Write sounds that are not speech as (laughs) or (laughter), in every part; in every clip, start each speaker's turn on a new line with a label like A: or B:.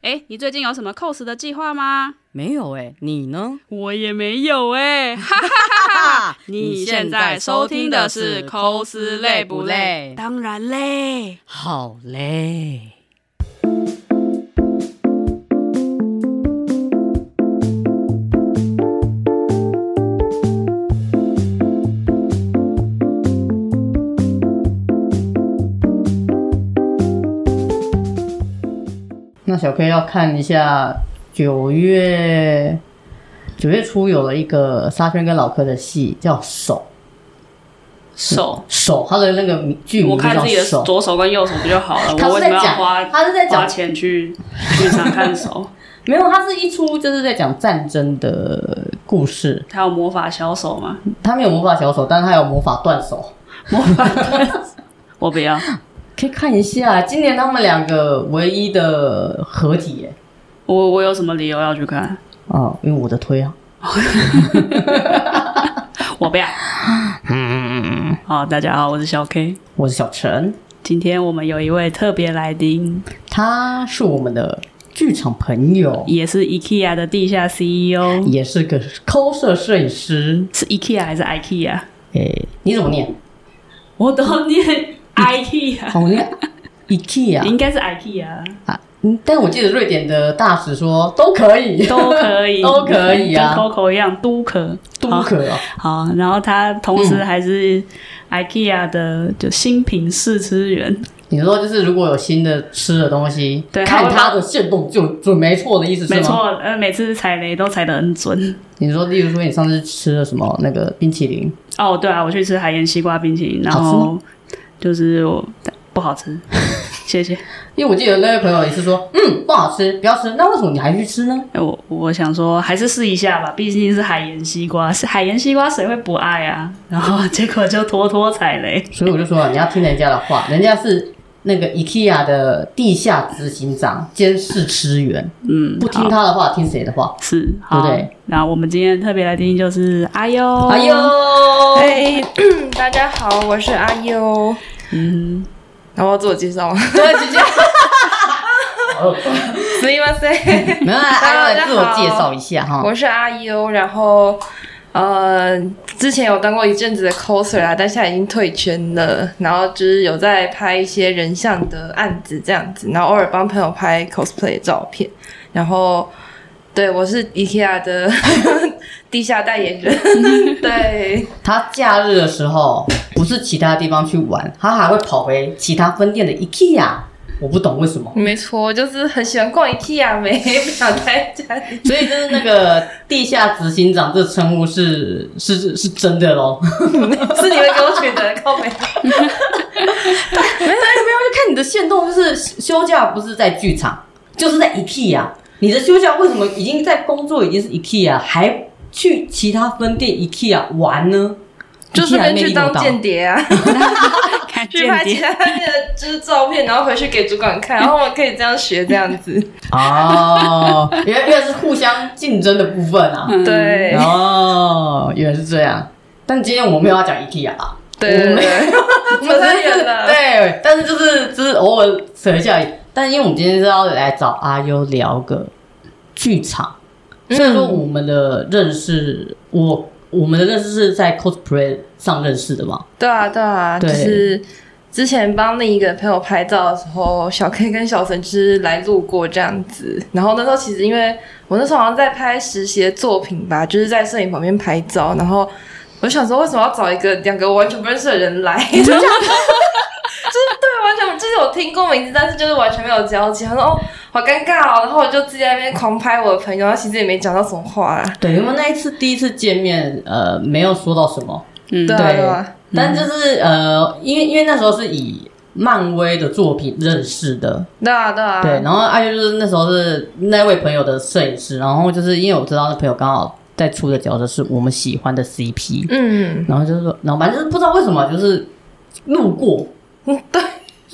A: 哎，你最近有什么 cos 的计划吗？
B: 没有哎、你呢？
A: 我也没有 (laughs) 哎、哈哈哈哈！ (laughs) 你现在收听的是 cos 累不累？当然累。
B: 好嘞。那小 K 要看一下九月九月初有了一个沙宣跟老柯的戏叫《手
A: 手》，，
B: 手他的那个名剧
A: 我
B: 名就
A: 看
B: 叫
A: 自己的
B: 《手》。
A: 左手跟右手不就好了？
B: 他
A: 我为什
B: 是在
A: 么要
B: 讲
A: 花，
B: 他是在
A: 花
B: 讲，
A: 钱去剧场看手？
B: 没有，他是一出就是在讲战争的故事。
A: 他有魔法小手吗？
B: 他没有魔法小手，但是他有魔法断手。
A: 魔法，我不要，
B: 可以看一下，今年他们两个唯一的合体耶。
A: 我我有什么理由要去看？
B: 哦，因为我的推啊。
A: 我不要。
B: 嗯
A: 好，大家好，我是小 K。
B: 我是小陈，
A: 今天我们有一位特别来宾，
B: 他是我们的剧场朋友，
A: 也是 IKEA 的地下 E CEO，
B: 也是个抠色摄影师。
A: 是 IKEA 还是 IKEA？
B: 诶、你怎么念？
A: (laughs) 我都
B: (laughs)
A: 念 IKEA，
B: 哦，我念 IKEA
A: 应该是
B: (laughs)
A: IKEA，
B: 啊。嗯，但我记得瑞典的大使说都可以，
A: 都可以，
B: (laughs) 都可以啊
A: 跟 Coco 一样， (laughs) 都可，
B: 都
A: 好
B: 可嗯啊。
A: 好，然后他同时还是 IKEA 的就新品试吃员，
B: 你说就是如果有新的吃的东西，
A: 对
B: 看
A: 他会把
B: 它的线动就准没错的意思是吗？
A: 没错，呃，每次踩雷都踩得很准。
B: 你说，例如说你上次吃了什么那个冰淇淋，
A: 哦，对啊，我去吃海盐西瓜冰淇淋，然
B: 好吃吗
A: 后就是我不好
B: (laughs)
A: 吃，谢谢。
B: 因为我记得那位朋友也是说，嗯，不好吃，不要吃。那为什么你还去吃呢？
A: 哎我我想说还是试一下吧，毕竟是海盐西瓜，是海盐西瓜谁会不爱啊？然后结果就拖拖踩雷，
B: 所以我就说啊，你要听人家的话，人家是那个 IKEA 的地下执行长兼试吃员，
A: 嗯，
B: 不听
A: 好
B: 他的话，听谁的话？
A: 是，
B: 对
A: 好
B: 不对？
A: 那我们今天特别来宾就是阿优，
B: 哎呦，，
A: (laughs)
C: 嘿，哎 (clears throat) 大家好，我是阿优。
A: 嗯，
C: 然后自我介 (laughs) 绍吗？
B: 对，直
A: (laughs)
B: 接。
C: すいません
B: 没有啊，阿
C: 大
B: 耀
C: 家
B: 来
C: 好
B: 自我介绍一下哈。
C: 我是阿优。然后，呃，之前有当过一阵子的 coser 啊，但现在已经退圈了。然后就是有在拍一些人像的案子这样子，然后偶尔帮朋友拍 cosplay 的照片。然后，对我是 IKEA 的 (laughs) 地下代言 (laughs) 人。对，
B: 他假日的时候不是其他地方去玩，他还会跑回其他分店的 IKEA，我不懂为什么。
C: 没错，我就是很喜欢逛 IKEA，没不想待家里。
B: 所以就是那个地下执行长这称呼是是是真的喽。
C: (laughs) 是你们给我取的，靠没？
B: 没有没有，就看你的限动，就是休假不是在剧场，就是在 IKEA。你的休假为什么已经在工作，已经是 IKEA，还去其他分店 IKEA 玩呢？
C: 就
B: IKEA
C: 顺便
B: 魅
C: 去
B: 力多
C: 当
B: 大
C: (laughs) 间谍啊，
A: 看
C: 去
A: 间
C: 拍其
A: 谍，
C: 他店的就是照片，然后回去给主管看，然后我们可以这样学这样子。
B: 哦，原原来是互相竞争的部分啊。
A: 嗯
C: 对
B: 哦，原来是这样。但今天我们没有要讲 IKEA 啊，
C: 对对对
B: 我
C: 对，
B: 们
C: (laughs) 扯太
B: 是
C: 远了。
B: 对，但是就是就是偶尔扯一下而已。但因为我们今天是要来找阿优聊个剧场，
C: 嗯
B: 虽然说我们的认识，我我们的认识是在 cosplay 上认识的嘛。
C: 对啊对啊，
B: 对
C: 就是之前帮另一个朋友拍照的时候，小 K 跟小神之来路过这样子，然后那时候其实因为我那时候好像在拍实习的作品吧，就是在摄影旁边拍照，然后我就想说为什么要找一个两个我完全不认识的
B: (laughs)
C: 人来，就这样。就是对，完全就是有听过名字，但是就是完全没有交集。他说哦，好尴尬哦，然后我就自己在那边狂拍我的朋友，然后其实也没讲到什么话啊。
B: 对，因为那一次第一次见面，呃，没有说到什么，
A: 嗯
C: 对，啊，对啊，
B: 但就是呃，因为因为那时候是以漫威的作品认识的，
C: 对啊，对啊，
B: 对，然后阿优就是那时候是那位朋友的摄影师，然后就是因为我知道那朋友刚好在出的角色是我们喜欢的 CP，
C: 嗯，
B: 然后就是说，然后反正就是不知道为什么就是路过，
C: 嗯对，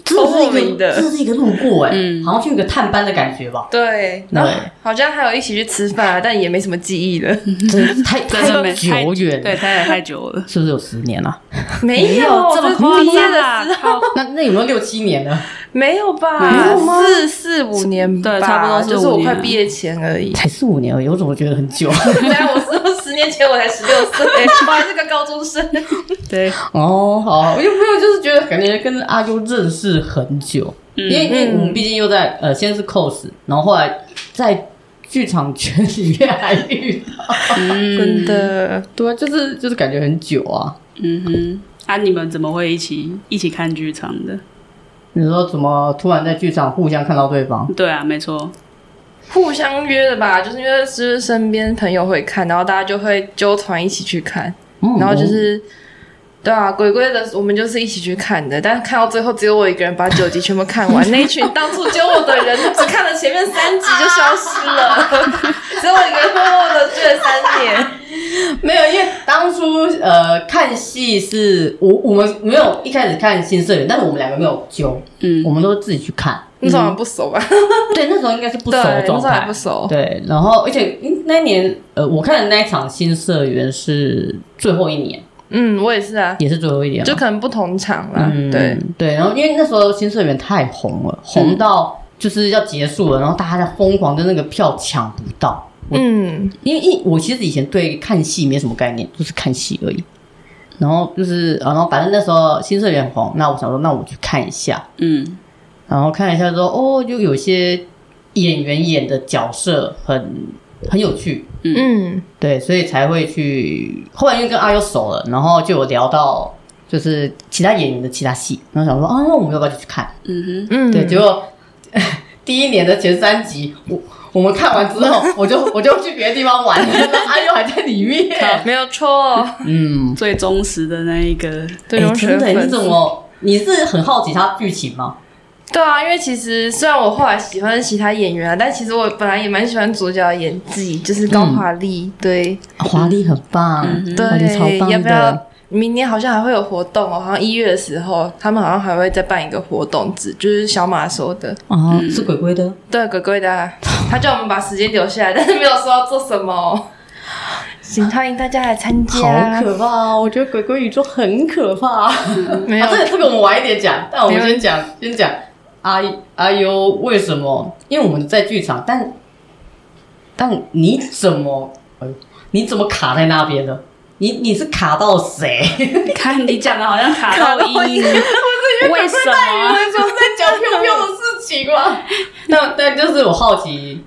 B: 这
C: 超
B: 是
C: 莫
B: 一
C: 名
B: 个，
C: 的
B: 这。是一个路过哎、
A: 嗯
B: 好像去一个探班的感觉
C: (laughs)
B: 吧？
C: 对，
B: 对
C: 然后好像还有一起去吃饭啊，但也没什么记忆
A: (laughs)
C: 了。
B: 真太
A: 真的
B: 太
A: 没
B: 久远
A: 对，
B: 了，
A: 太太久
B: (laughs)
A: 了。
B: 是不是有十年了？
C: 没
A: 这么
C: 是
A: 夸
C: 毕业
A: 张啊
C: 的
A: 啦
C: 时
A: 超
C: 候
B: 那那有没有六七年呢？
C: 没有
A: 没
C: 吧
A: 有？
B: 吗
C: 四四五年吧，
A: 对差不多四五
C: 就是我快
A: 年啊
C: 毕业前而已。
B: (laughs)
C: (laughs)
B: 才四五年而已，我怎么觉得很久？
C: 对啊，我说十年前我才十六
A: (laughs)
C: 岁，我还是个高中生。
A: 对，
B: 哦，好，有没有就是觉得感觉跟阿优认识很久？因为因为我们毕竟又在呃，先是 cos，然后后来在剧场圈里面还遇到，
C: (laughs) 真的，
B: 对啊，就是就是感觉很久啊。
A: 嗯哼，啊，你们怎么会一起一起看剧场的？
B: 你说怎么突然在剧场互相看到对方？
A: 对啊，没错，
C: 互相约的吧，就是因为就是身边朋友会看，然后大家就会揪团一起去看，
B: 嗯
C: 然后就是。对啊，鬼鬼的我们就是一起去看的，但是看到最后只有我一个人把九集全部看 (laughs) 完，那一群当初揪我的人只看了前面三集就消失了， (laughs) 只有我一个人默默的追了三年。
B: 没有，因为当初呃看戏是我我们没有一开始看新社员，但是我们两个没有揪，
A: 嗯
B: 我们都是自己去看。
C: 那时候很不熟吧？
B: 对，那时候应该嗯是不熟
C: 对，
B: 的
C: 那时
B: 状
C: 候还
B: 态
C: 不。熟。
B: 对，然后而且嗯那一年呃，我看的那一场新社员是最后一年，
C: 嗯，我也是啊，
B: 也是最后一年嘛，
C: 就可能不同场啦。
B: 嗯
C: 对，
B: 对，然后因为那时候新社员太红了，红到就是要结束了，然后大家在疯狂的那个票抢不到。我
C: 嗯，
B: 因为因为我其实以前对看戏没什么概念，就是看戏而已。然后就是，啊然后反正那时候新社员红，那我想说，那我去看一下。
A: 嗯
B: 然后看了一下说，哦，就有些演员演的角色很很有趣，
C: 嗯，
B: 对，所以才会去。后来因为跟阿优熟了，然后就有聊到就是其他演员的其他戏，然后想说，啊，那我们要不要就去看？
A: 嗯
C: 嗯，
B: 对，结果 (laughs) 第一年的前三集，我我们看完之后，我就我就去别的地方玩了， (laughs) 然后阿优还在里面。
C: 没有错，
B: (laughs) 嗯
A: 哼，，最忠实的那一个，
C: 对，
B: 诶
C: 有
B: 真
C: 学
B: 的，你
C: 分
B: 怎么？你是很好奇他剧情吗？
C: 对啊，因为其实虽然我后来喜欢其他演员啊，但其实我本来也蛮喜欢主角的演技，就是高华丽。对
B: 啊华丽很棒，
C: 嗯
B: 华丽超
C: 对，
B: 棒的。
C: 要不要？明年好像还会有活动哦，好像一月的时候，他们好像还会再办一个活动，只就是小马说的，
B: 哦，是鬼鬼的，
C: 对，鬼鬼的啊，他叫我们把时间留下来，但是没有说要做什么 (laughs) 哦。请欢迎大家来参加，
B: 好可怕哦！我觉得鬼鬼宇宙很可 (laughs) 怕。
C: 没有
B: 啊，这个这个我们晚一点讲，但我们
C: 没
B: 先讲先讲阿阿优为什么？因为我们在剧场，但但你怎么，哎呦，你怎么卡在那边的？你你是卡到谁？
A: 你看你讲的好像卡到音，为什么？啊
B: 们就是在讲飘飘的事情吗？ (laughs) 但但就是我好奇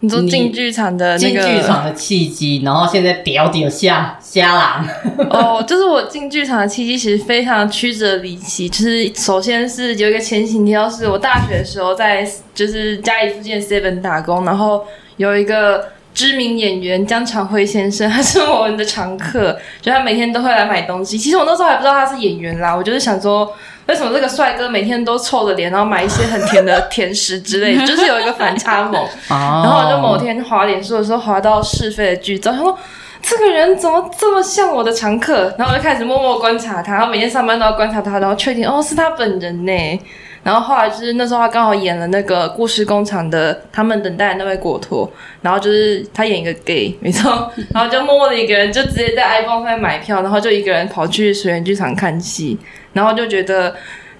C: 你说进剧场的那
B: 进
C: 个
B: 剧场的契机，然后现在屌屌下瞎狼，
C: 哦，就是我进剧场的契机其实非常曲折离奇。就是首先是有一个前情提要，是我大学的时候在就是家里附近的 Seven 打工，然后有一个知名演员江长辉先生， (laughs) 他是我们的常客，就他每天都会来买东西。其实我那时候还不知道他是演员啦，我就是想说。为什么这个帅哥每天都臭着脸，然后买一些很甜的甜食之类，就是有一个反差萌。
B: 然
C: 然后我就某天滑脸书的时候滑到是非的剧照，然后这个人怎么这么像我的常客？然后我就开始默默观察他，然后每天上班都要观察他，然后确定哦是他本人呢。然后后来就是那时候他刚好演了那个故事工厂的他们等待的那位果陀，然后就是他演一个 gay，没错，然后就默默的一个人就直接在 iPhone 上面买票，然后就一个人跑去水源剧场看戏，然后就觉得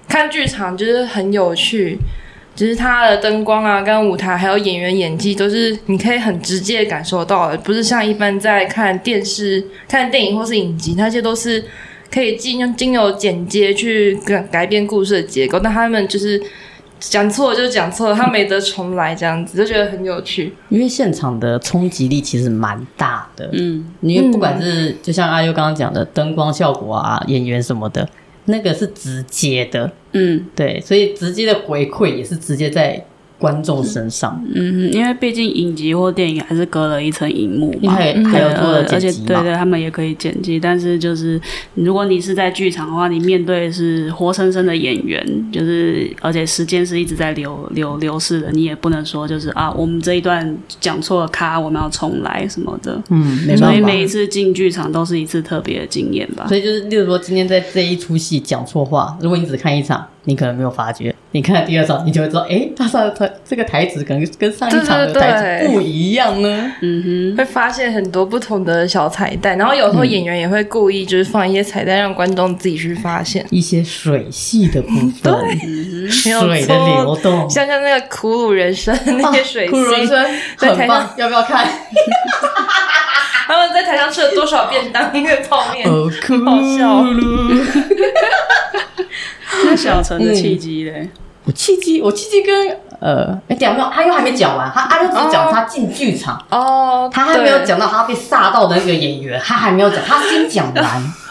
C: 看剧场就是很有趣，只是它的灯光啊、跟舞台还有演员演技都是你可以很直接地感受到的，不是像一般在看电视、看电影或是影集那些都是可以经用经由剪接去改改变故事的结构，但他们就是。讲错了就是讲错了，他没得重来，这样子就觉得很有趣。
B: 因为现场的冲击力其实蛮大的，
A: 嗯，
B: 因为不管是就像阿优刚刚讲的灯光效果啊、演员什么的，那个是直接的，
A: 嗯
B: 对，所以直接的回馈也是直接在观众身上，
A: 嗯，因为毕竟影集或电影还是隔了一层荧幕
B: 因
A: 嘛，呃
B: 为还还有做了
A: 而
B: 剪
A: 且
B: 辑
A: 对
B: 嘛，
A: 对，他们也可以剪辑，但是就是如果你是在剧场的话，你面对的是活生生的演员，就是而且时间是一直在流流流逝的，你也不能说就是啊，我们这一段讲错了卡，我们要重来什么的。
B: 嗯，没
A: 所以
B: 办法。
A: 每一次进剧场都是一次特别的经验吧。
B: 所以就是，例如说，今天在这一出戏讲错话，如果你只看一场，你可能没有发觉。你看第二场，你就会知道，哎，他上的台这个台子可能跟上一场的
C: 对对
B: 台子
C: 对
B: 不一样呢。
A: 嗯
C: 会发现很多不同的小彩蛋，然后有时候演员也会故意就是放一些彩蛋，让观众自己去发现。
B: 一些水系的部分，水的
C: 没有错
B: 流动，
C: 像像那个《苦鲁人生》那些水
B: 库伦
C: 星，
B: 啊村
C: 在
B: 很
C: 台
B: 棒，要不要 (laughs) 看？
C: (laughs) 他们在台上吃了多少便当，因为泡面。
B: 哦，酷
C: 好笑
B: 噜！
A: 哼，那小陈的契机嘞，
B: 我契机，我契机跟呃，哎，等一下没有，阿优还没讲完，他阿优只讲他进剧场，
C: 哦，
B: 他还没有
C: 对。
B: 讲到他被吓到的那个演员，他还没有讲，他先讲完。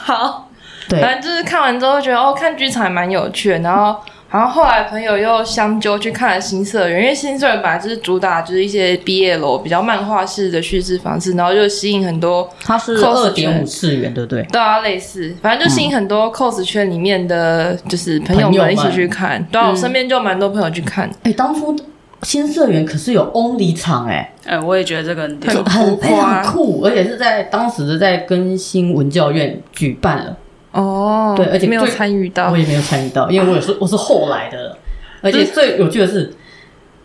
C: 好，
B: (laughs) 对，
C: 反正就是看完之后觉得哦，看剧场还蛮有趣的，然后。然后后来朋友又相揪去看了新社员，因为新社员本来就是主打就是一些毕业楼比较漫画式的叙事方式，然后就吸引很多
B: 他是
C: cos
B: 二点五次元，对不对？
C: 对啊，类似，反正就吸引很多 cos 圈里面的，就是朋友们一起去看。
B: 嗯
C: 对啊，我身边就蛮多朋友去看，
B: 哎，当初新社员可是有 only 场哎，
A: 哎，我也觉得这个很屌，
C: 很
B: 很
C: 浮夸
B: 很酷，而且是在当时是在更新文教院举办了，
C: 哦
B: 对而且
C: 没有
B: 最
C: 参与到
B: 我，也没有参与到，因为我也是我是后来的了，而且最有趣的是，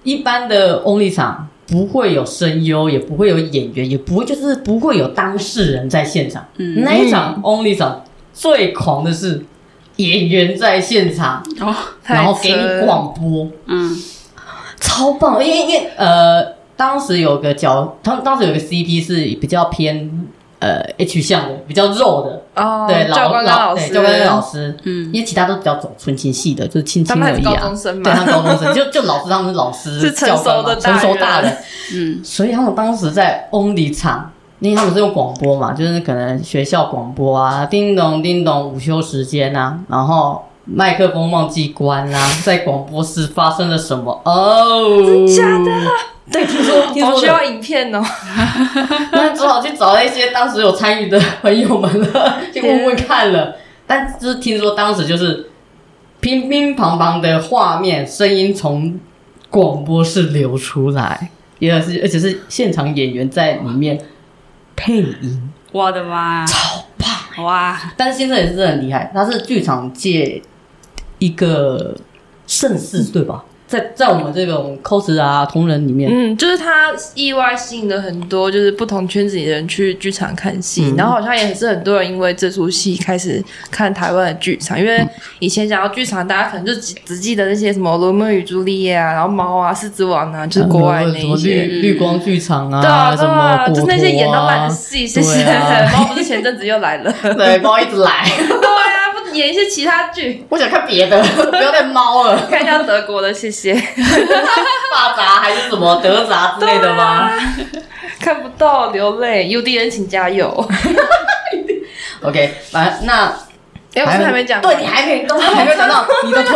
B: 一般的 Only 场不会有声优，也不会有演员，也不会就是不会有当事人在现场。
A: 嗯
B: 那一场 Only 场最狂的是演员在现场，
A: 哦，
C: 太
B: 然后给
C: 扯
B: 你
C: 了
B: 广播，
A: 嗯
B: 超棒！因为因为呃，当时有个角，当当时有个 CP 是比较偏呃 H 向的，比较肉的，
C: 哦，
B: 对老
C: 教官跟
B: 老
C: 老
B: 对
C: 师，
B: 教官跟老师，
A: 嗯
B: 因为其他都比较走纯情系的，就是亲
C: 他
B: 亲
C: 们
B: 而
C: 还是
B: 已
C: 高
B: 啊
C: 中。生
B: 对，
C: 嘛
B: 他，高中生就 (laughs) 就老师他们是老师，
C: 是成
B: 教官
C: 熟的
B: 嘛
C: 大
B: 成
C: 人
B: 熟大人，
A: 嗯
B: 所以他们当时在 Only 场，因为他们是用广播嘛，就是可能学校广播啊，叮咚叮咚，午休时间啊，然后麦克风忘记关啦、在广播室发生了什么？哦，假的？对，听说听
C: 好
B: 说
C: 需
B: 的，
C: 要影片哦，
B: (laughs) 那只好去找那些当时有参与的朋友们了，去问问看了。 (laughs) 但就是听说当时就是乒乒乓乓的画面，声音从广播室流出来，也是而且是现场演员在里面配音，
A: 我的妈呀，
B: 超棒！
A: 哇，
B: 但是先生也是真的很厉害，他是剧场界一个盛世，对吧？在在我们这种 cos 啊同人里面，
C: 嗯，就是他意外吸引了很多就是不同圈子里的人去剧场看戏，
B: 嗯
C: 然后好像也是很多人因为这出戏开始看台湾的剧场，因
B: 嗯
C: 为以前讲到剧场，大家可能就只只记得那些什么《罗密欧与朱丽叶》啊，然后《猫》啊，《狮子王》啊，就是国外那
B: 嗯什么
C: 一
B: 绿
C: 些。嗯
B: 绿光剧场啊，
C: 对啊，
B: 什
C: 对
B: 么
C: 啊，
B: 果
C: 就是那些
B: 陀
C: 演到烂
B: 啊
C: 的戏，谢
B: 对
C: 谢。
B: 啊
C: 猫不是前阵子又来
B: (laughs)
C: 了？
B: 对，不好一直
C: (laughs)
B: 来，
C: 对啊，不演一些其他剧，
B: 我想看别
C: (laughs)
B: 的，不要再猫了，
C: 看一下德国的，谢谢。
B: 发杂还是什么德杂之类的吗、
C: 啊看不到流泪，UD 人请加油。
B: o k 反正那
C: 哎，我是不是还没讲，
B: 对你还没，刚才还没有讲到你的推，
C: (laughs)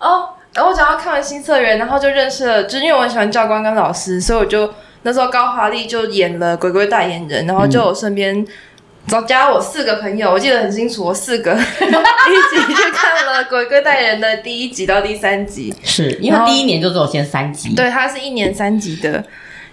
C: 哦，然后我想要看完新社员，然后就认识了，就是因为我很喜欢教官跟老师，所以我就那时候高华丽就演了鬼鬼代言人，然后就我身边。总加我四个朋友，我记得很清楚，我四 (laughs) 个一起去看了《鬼鬼代言人》的第一集到第三集。
B: 是因
C: 然
B: 为
C: 后
B: 第一年就只有先三集，
C: 对，它是一年三集的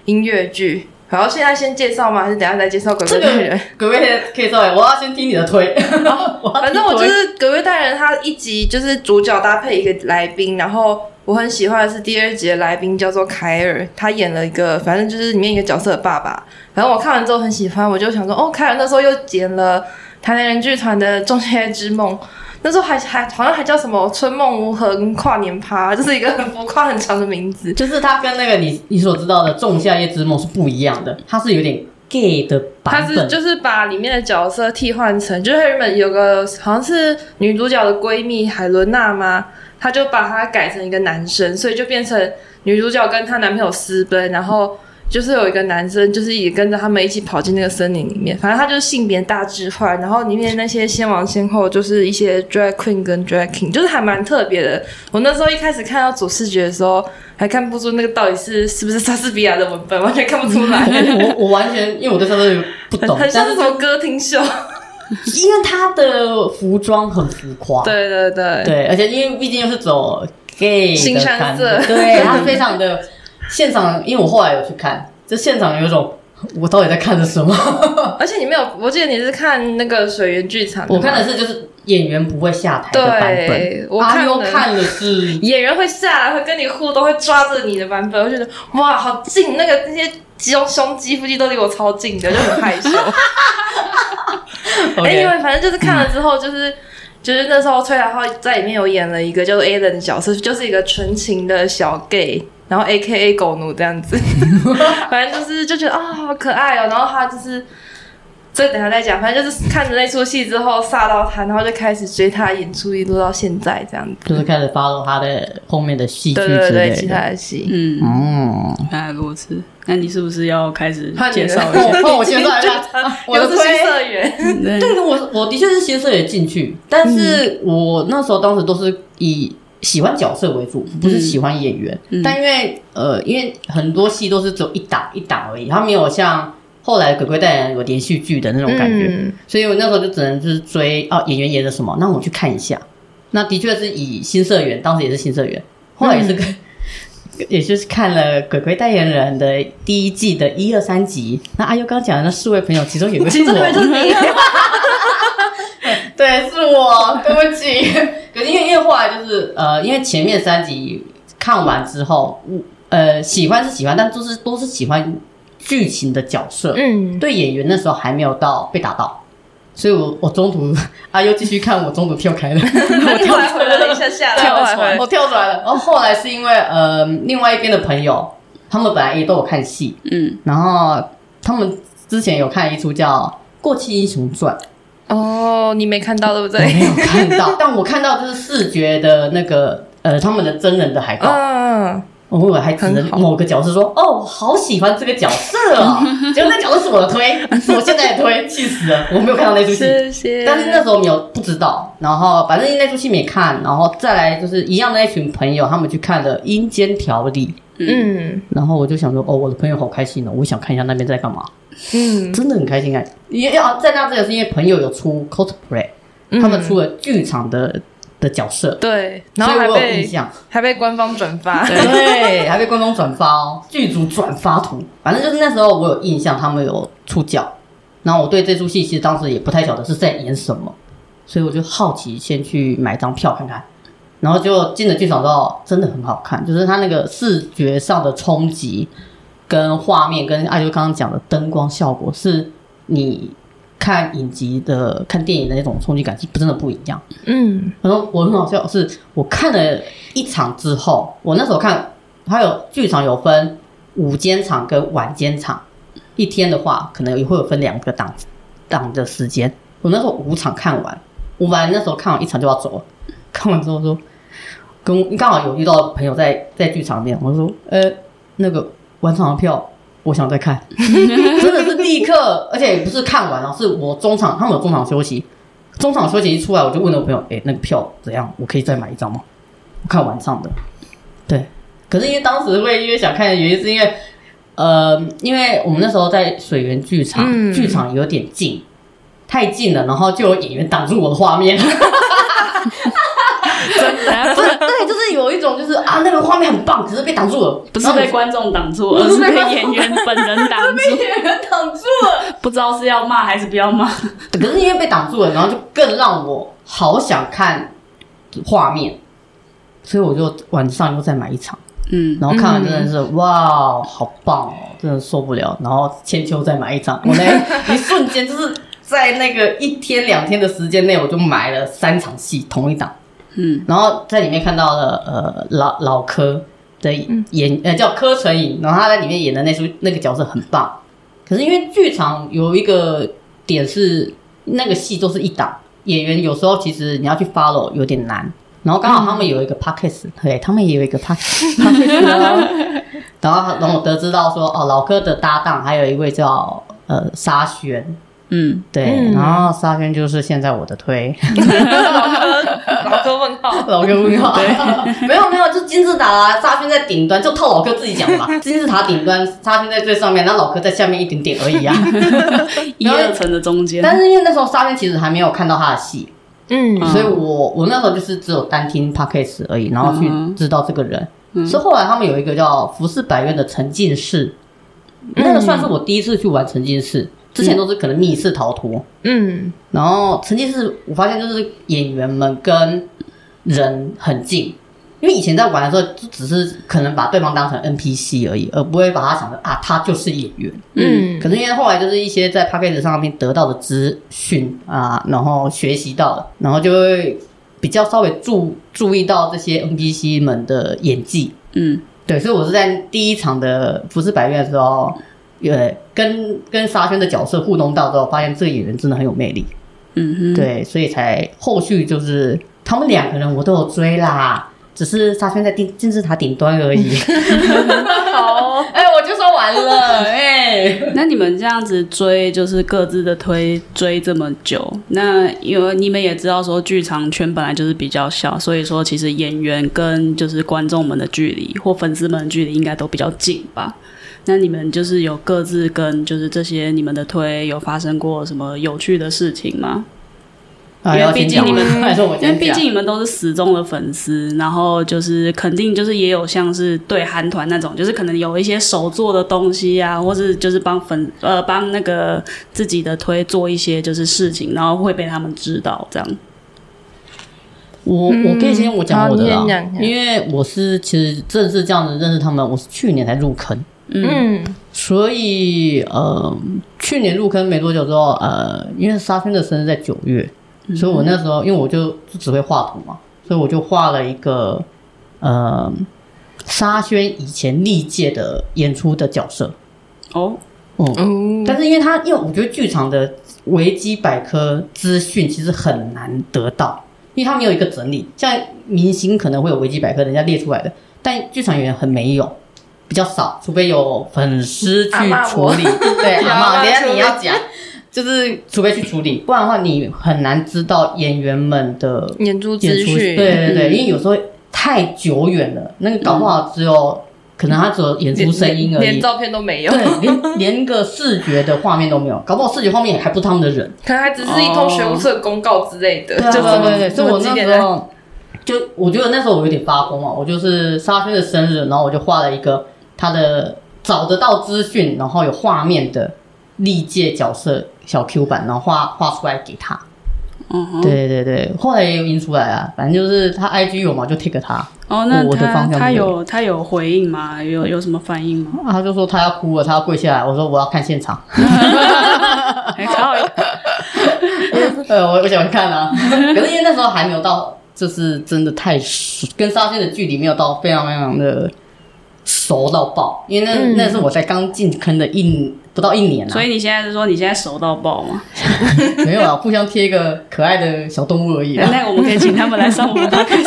C: 音乐剧。然后现在先介绍吗？还是等一下再介绍《鬼
B: 这
C: 鬼
B: 个
C: 代言人》？
B: 各位可以稍微，我要先听你的
C: (laughs)
B: 推，
C: 啊反
B: (laughs) 反
C: 正我就是《鬼鬼代言人》，他一集就是主角搭配一个来宾，然后我很喜欢的是第二集的来宾叫做凯尔，他演了一个反正就是里面一个角色的爸爸。反正我看完之后很喜欢，我就想说，哦，凯尔那时候又剪了台南人剧团的《仲夏夜之梦》。那时候还还好像还叫什么“春梦无痕”跟跨年趴，就是一个很浮夸很长的名字。
B: 就是它跟那个你你所知道的《仲夏夜之梦》是不一样的，它是有点 gay 的
C: 他
B: 版
C: 是
B: 本， (laughs)
C: 就是把里面的角色替换成，就是原本有个好像是女主角的闺蜜海伦娜吗？她就把她改成一个男生，所以就变成女主角跟她男朋友私奔，然后就是有一个男生，就是也跟着他们一起跑进那个森林里面。反正他就是性别大致换，然后里面那些先王先后就是一些 drag queen 跟 drag king，就是还蛮特别的。我那时候一开始看到主视觉的时候，还看不出那个到底是是不是莎士比亚的文本，完全看不出来。
B: 我我完全因为我对它都不懂，
C: 很像
B: 但
C: 是
B: 是
C: 什么歌厅秀，
B: 因为它的服装很浮夸，
C: (laughs) 对对对，
B: 对，而且因为毕竟又是走 gay 的
C: 新山
B: 感
C: 色
B: 觉对，它非常的现场，因为我后来有去看，就现场有一种我到底在看着什么？
C: 而且你没有，我记得你是看那个水源剧场的
B: 我
C: 嘛，
B: 看的是就是演员不会下台的版本，
C: 对，我
B: 阿
C: 看
B: 优
C: 了
B: 看的是
C: 啊演员会下来，会跟你互动，会抓着你的版本，我觉得哇，好近，那个那些胸胸肌、腹肌都离我超近的，就很害 (laughs) 羞。 (laughs) 哎，因
B: OK
C: 为反正就是看了之后，就是、就是那时候崔然浩在里面有演了一个就是 A 的角色，就是一个纯情的小 gay。然后 A K A 狗奴这样
B: (laughs)
C: 子，反正就是就觉得啊、好可爱哦。然后他就是，这等一下再讲。反正就是看着那出戏之后，煞到他，然后就开始追他的演出，一路到现在这样子。
B: 就是开始 follow 他的后面的戏剧
C: 对
B: 之类
C: 对
B: 的。
C: 对，其他的戏。
A: 嗯，
B: 嗯，
A: 原来如此。那你是不是要开始
C: (laughs) 换你
A: 介
B: (laughs)
A: 绍一嗯
B: 我
A: 下？
B: 帮我介绍一下啊我的
C: 又是新
B: 推
C: 社员，
A: 对
B: 对，我我的确是新社也进去，但
C: 嗯
B: 是我那时候当时都是以喜欢角色为主，不
C: 嗯
B: 是喜欢演员。但因为呃，因为很多戏都是只有一档一档而已，它没有像后来《鬼鬼代言人》有连续剧的那种感觉，
C: 嗯
B: 所以我那时候就只能就是追哦、演员演的什么，那我去看一下。那的确是以新社员，当时也是新社员，后来也
C: 嗯
B: 是跟。也就是看了《鬼鬼代言人》的第一季的一二三集，那阿优刚讲的那四位朋友，其中有一
C: (laughs)
B: 位是
C: 其
B: 我，
C: 中就是你，
B: 对，是我，对不起。 (laughs) 可是因为因为后来就是呃，因为前面三集看完之后，我呃喜欢是喜欢，但都是都是喜欢剧情的角色，
C: 嗯，
B: 对演员那时候还没有到被打到，所以我我中途 (laughs) 阿优继续看，我中途跳开了，我
C: (laughs) 你
B: 跳
C: 后来回来了一下下来，后
B: (laughs) 跳
C: 来回来
B: 船， (laughs) 我跳出来了。然后后来是因为呃另外一边的朋友，他们本来也都有看戏，
A: 嗯，
B: 然后他们之前有看一出叫《过气英雄传》。
C: 哦，你没看到对不
B: 我没
C: 对？
B: 有看到， (laughs) 但我看到就是视觉的那个呃，他们的真人的海报，
C: 嗯，
B: 我还指着
C: 很好
B: 某个角色说：“哦，我好喜欢这个角色哦。”结果那角色是我的推，是我现在的推，气死了！我没有看到那出戏，
C: 谢谢。
B: 但是那时候没有不知道，然后反正那出戏没看，然后再来就是一样的那群朋友，他们去看了《阴间条例》，
C: 嗯
B: 然后我就想说：“哦，我的朋友好开心哦，我想看一下那边在干嘛。”
C: 嗯
B: 真的很开心啊！也要在那这个是因为朋友有出 cosplay，、
C: 嗯
B: 他们出了剧场的的角色，
C: 对，
B: 所
C: 然
B: 以
C: 后还
B: 我有印
C: 被
B: 象。
C: 还被官方转发，
B: 对，还被官方转发哦，剧组转发图。反正就是那时候我有印象，他们有出脚，然后我对这出戏其实当时也不太晓得是在演什么，所以我就好奇先去买张票看看。然后就进了剧场之后，真的很好看，就是它那个视觉上的冲击，跟画面，跟艾修刚刚讲的灯光效果，是你看影集的、看电影的那种冲击感是真的不一样。
C: 嗯
B: 然后我很好笑，是我看了一场之后，我那时候看，它有剧场有分午间场跟晚间场，一天的话可能也会有分两个档档的时间。我那时候五场看完，我本来那时候看完一场就要走了，看完之后说，跟刚好有遇到朋友在在剧场面，我说，呃，那个晚场的票。我想再看，真的是立刻，而且也不是看完哦，是我中场，他们有中场休息，中场休息一出来，我就问了我朋友：“哎、那个票怎样？我可以再买一张吗？”我看晚上的，对。可是因为当时会因为想看的原因，是因为呃，因为我们那时候在水源剧场，
C: 嗯
B: 剧场有点近，太近了，然后就有演员挡住我的画面。 (laughs)
A: 对，
B: 不是，对，就是有一种就是啊，那个画面很棒，可是被挡住了，
A: 不是被观众挡住，而是被演员本人挡住，
B: 演员挡住了。
A: 不知道是要骂还是不要骂。
B: 可是因为被挡住了，然后就更让我好想看画面，所以我就晚上又再买一场。
A: 嗯，
B: 然后看完真的是、哇，好棒哦，真的受不了。然后千秋再买一张，我那一瞬间就是在那个一天两天的时间内，我就买了三场戏同一档。
A: 嗯，
B: 然后在里面看到了呃老老柯的演、呃叫柯晨颖，然后他在里面演的那出那个角色很棒。可是因为剧场有一个点是那个戏都是一档，演员有时候其实你要去 follow 有点难。然后刚好他们有一个 podcast，、对他们也有一个 podcast，然后然后我得知到说哦老柯的搭档还有一位叫呃沙宣，
A: 嗯，
B: 对，
C: 嗯
B: 然后沙宣就是现在我的推。
C: 老哥问号，
B: 老哥问号， (laughs) 没有没有，就金字塔啊，沙宣在顶端，就套老哥自己讲的嘛。金字塔顶端，沙宣在最上面，那老哥在下面一点点而已啊。
A: 一二层的中间，
B: 但是因为那时候沙宣其实还没有看到他的戏，
C: 嗯
A: 嗯
B: 所以我我那时候就是只有单听 podcast 而已，然后去
A: 嗯
B: 知道这个人。是后来他们有一个叫《浮世百院》的沉浸式，那
C: 嗯
B: 个算是我第一次去玩沉浸式，之前都是可能密室逃脱。
C: 嗯
B: 然后沉浸式，我发现就是演员们跟人很近，因为以前在玩的时候，就只是可能把对方当成 NPC 而已，而不会把他想成啊，他就是演员。
C: 嗯
B: 可是因为后来就是一些在 p a c k a g e 上面得到的资讯啊，然后学习到的，然后就会比较稍微注注意到这些 NPC 们的演技。
A: 嗯
B: 对，所以我是在第一场的服饰百院的时候，也跟跟沙宣的角色互动到之后，发现这个演员真的很有魅力。
A: 嗯哼，
B: 对，所以才后续就是他们两个人我都有追啦，只是沙宣在电金字塔顶端而 (laughs) 已。
C: 好哦，
B: 哎、我就说完了，哎、 (laughs)
A: (laughs) 那你们这样子追，就是各自的推追这么久，那因为你们也知道说剧场圈本来就是比较小，所以说其实演员跟就是观众们的距离或粉丝们的距离应该都比较近吧。那你们就是有各自跟就是这些你们的推有发生过什么有趣的事情吗？
B: 啊
A: 因为
B: 要
A: 毕
B: 先
A: 竟
B: 讲
A: 你
B: 吗
A: 们
B: 还是我先
A: 因为毕
B: 讲
A: 竟你们都是死忠的粉丝，然后就是肯定就是也有像是对韩团那种，就是可能有一些手做的东西啊，或是就是帮粉呃帮那个自己的推做一些就是事情，然后会被他们知道这样。
B: 我我可以嗯先我讲我的
C: 好
B: 啦
C: 你先讲，
B: 因为我是其实正是这样子认识他们，我是去年才入坑，
C: 嗯
B: 所以呃，去年入坑没多久之后，呃，因为沙宣的生日在九月，所以我那时候因为我就只会画图嘛，所以我就画了一个呃沙宣以前历届的演出的角色，
A: 哦，
B: 嗯，
C: 哦
B: 但是因为他，因为我觉得剧场的维基百科资讯其实很难得到，因为他没有一个整理。像明星可能会有维基百科人家列出来的，但剧场演员很没有，比较少，除非有粉丝去
C: 阿嬷
B: 处
C: 我
B: 理。对，
C: 有
B: 阿
C: 阿
B: 妈，
C: 嬷
B: 等一下
C: 处理
B: 你要讲， (laughs) 就是除非去处理，不然的话你很难知道演员们的
C: 演出
B: 演
C: 资
B: 出。
C: 讯，
B: 对对对，因为有时候太久远了，那个搞不好只有、可能他只有演出
C: 连
B: 声音而
C: 连
B: 已
C: 连。照片都没
B: (laughs)
C: 有，
B: 对，连连个视觉的画面都没有，搞不好视觉画面还不是他们的人。
C: 可能还只是一通学务社公告之类的，
B: 对啊
C: 就
B: 对
C: 什么
B: 对对，所
C: 什
B: 以
C: 么
B: 我
C: 几
B: 那
C: 点
B: 时
C: 来
B: 候就我觉得那时候我有点发疯嘛，啊我就是沙宣的生日，然后我就画了一个他的找得到资讯，然后有画面的历届角色小 Q 版，然后画画出来给他。
A: 嗯哼，
B: 对对对，后来也有印出来啊，反正就是他 IG 有嘛，就 take 他，
A: 哦，那
B: 我我的
A: 他
B: 方向
A: 他
B: 不
A: 有他有回应吗？有有什么反应
B: (laughs)
A: 吗？
B: 他就说他要哭了，他要跪下来，我说我要看现场。
A: 哎、靠，
B: (laughs) 呃，我我想看啊， (laughs) 可是因为那时候还没有到，就是真的太熟跟沙宣的距离没有到非常非常的熟到爆，因为那、
C: 嗯
B: 那是我才刚进坑的一不到一年啊，
A: 所以你现在是说你现在熟到爆吗？
B: (laughs) 没有啊，互相贴一个可爱的小动物而已、
A: (laughs)
B: 啊。
A: 哎那我们可以请他们来上我
B: (laughs)
A: 们的 podcast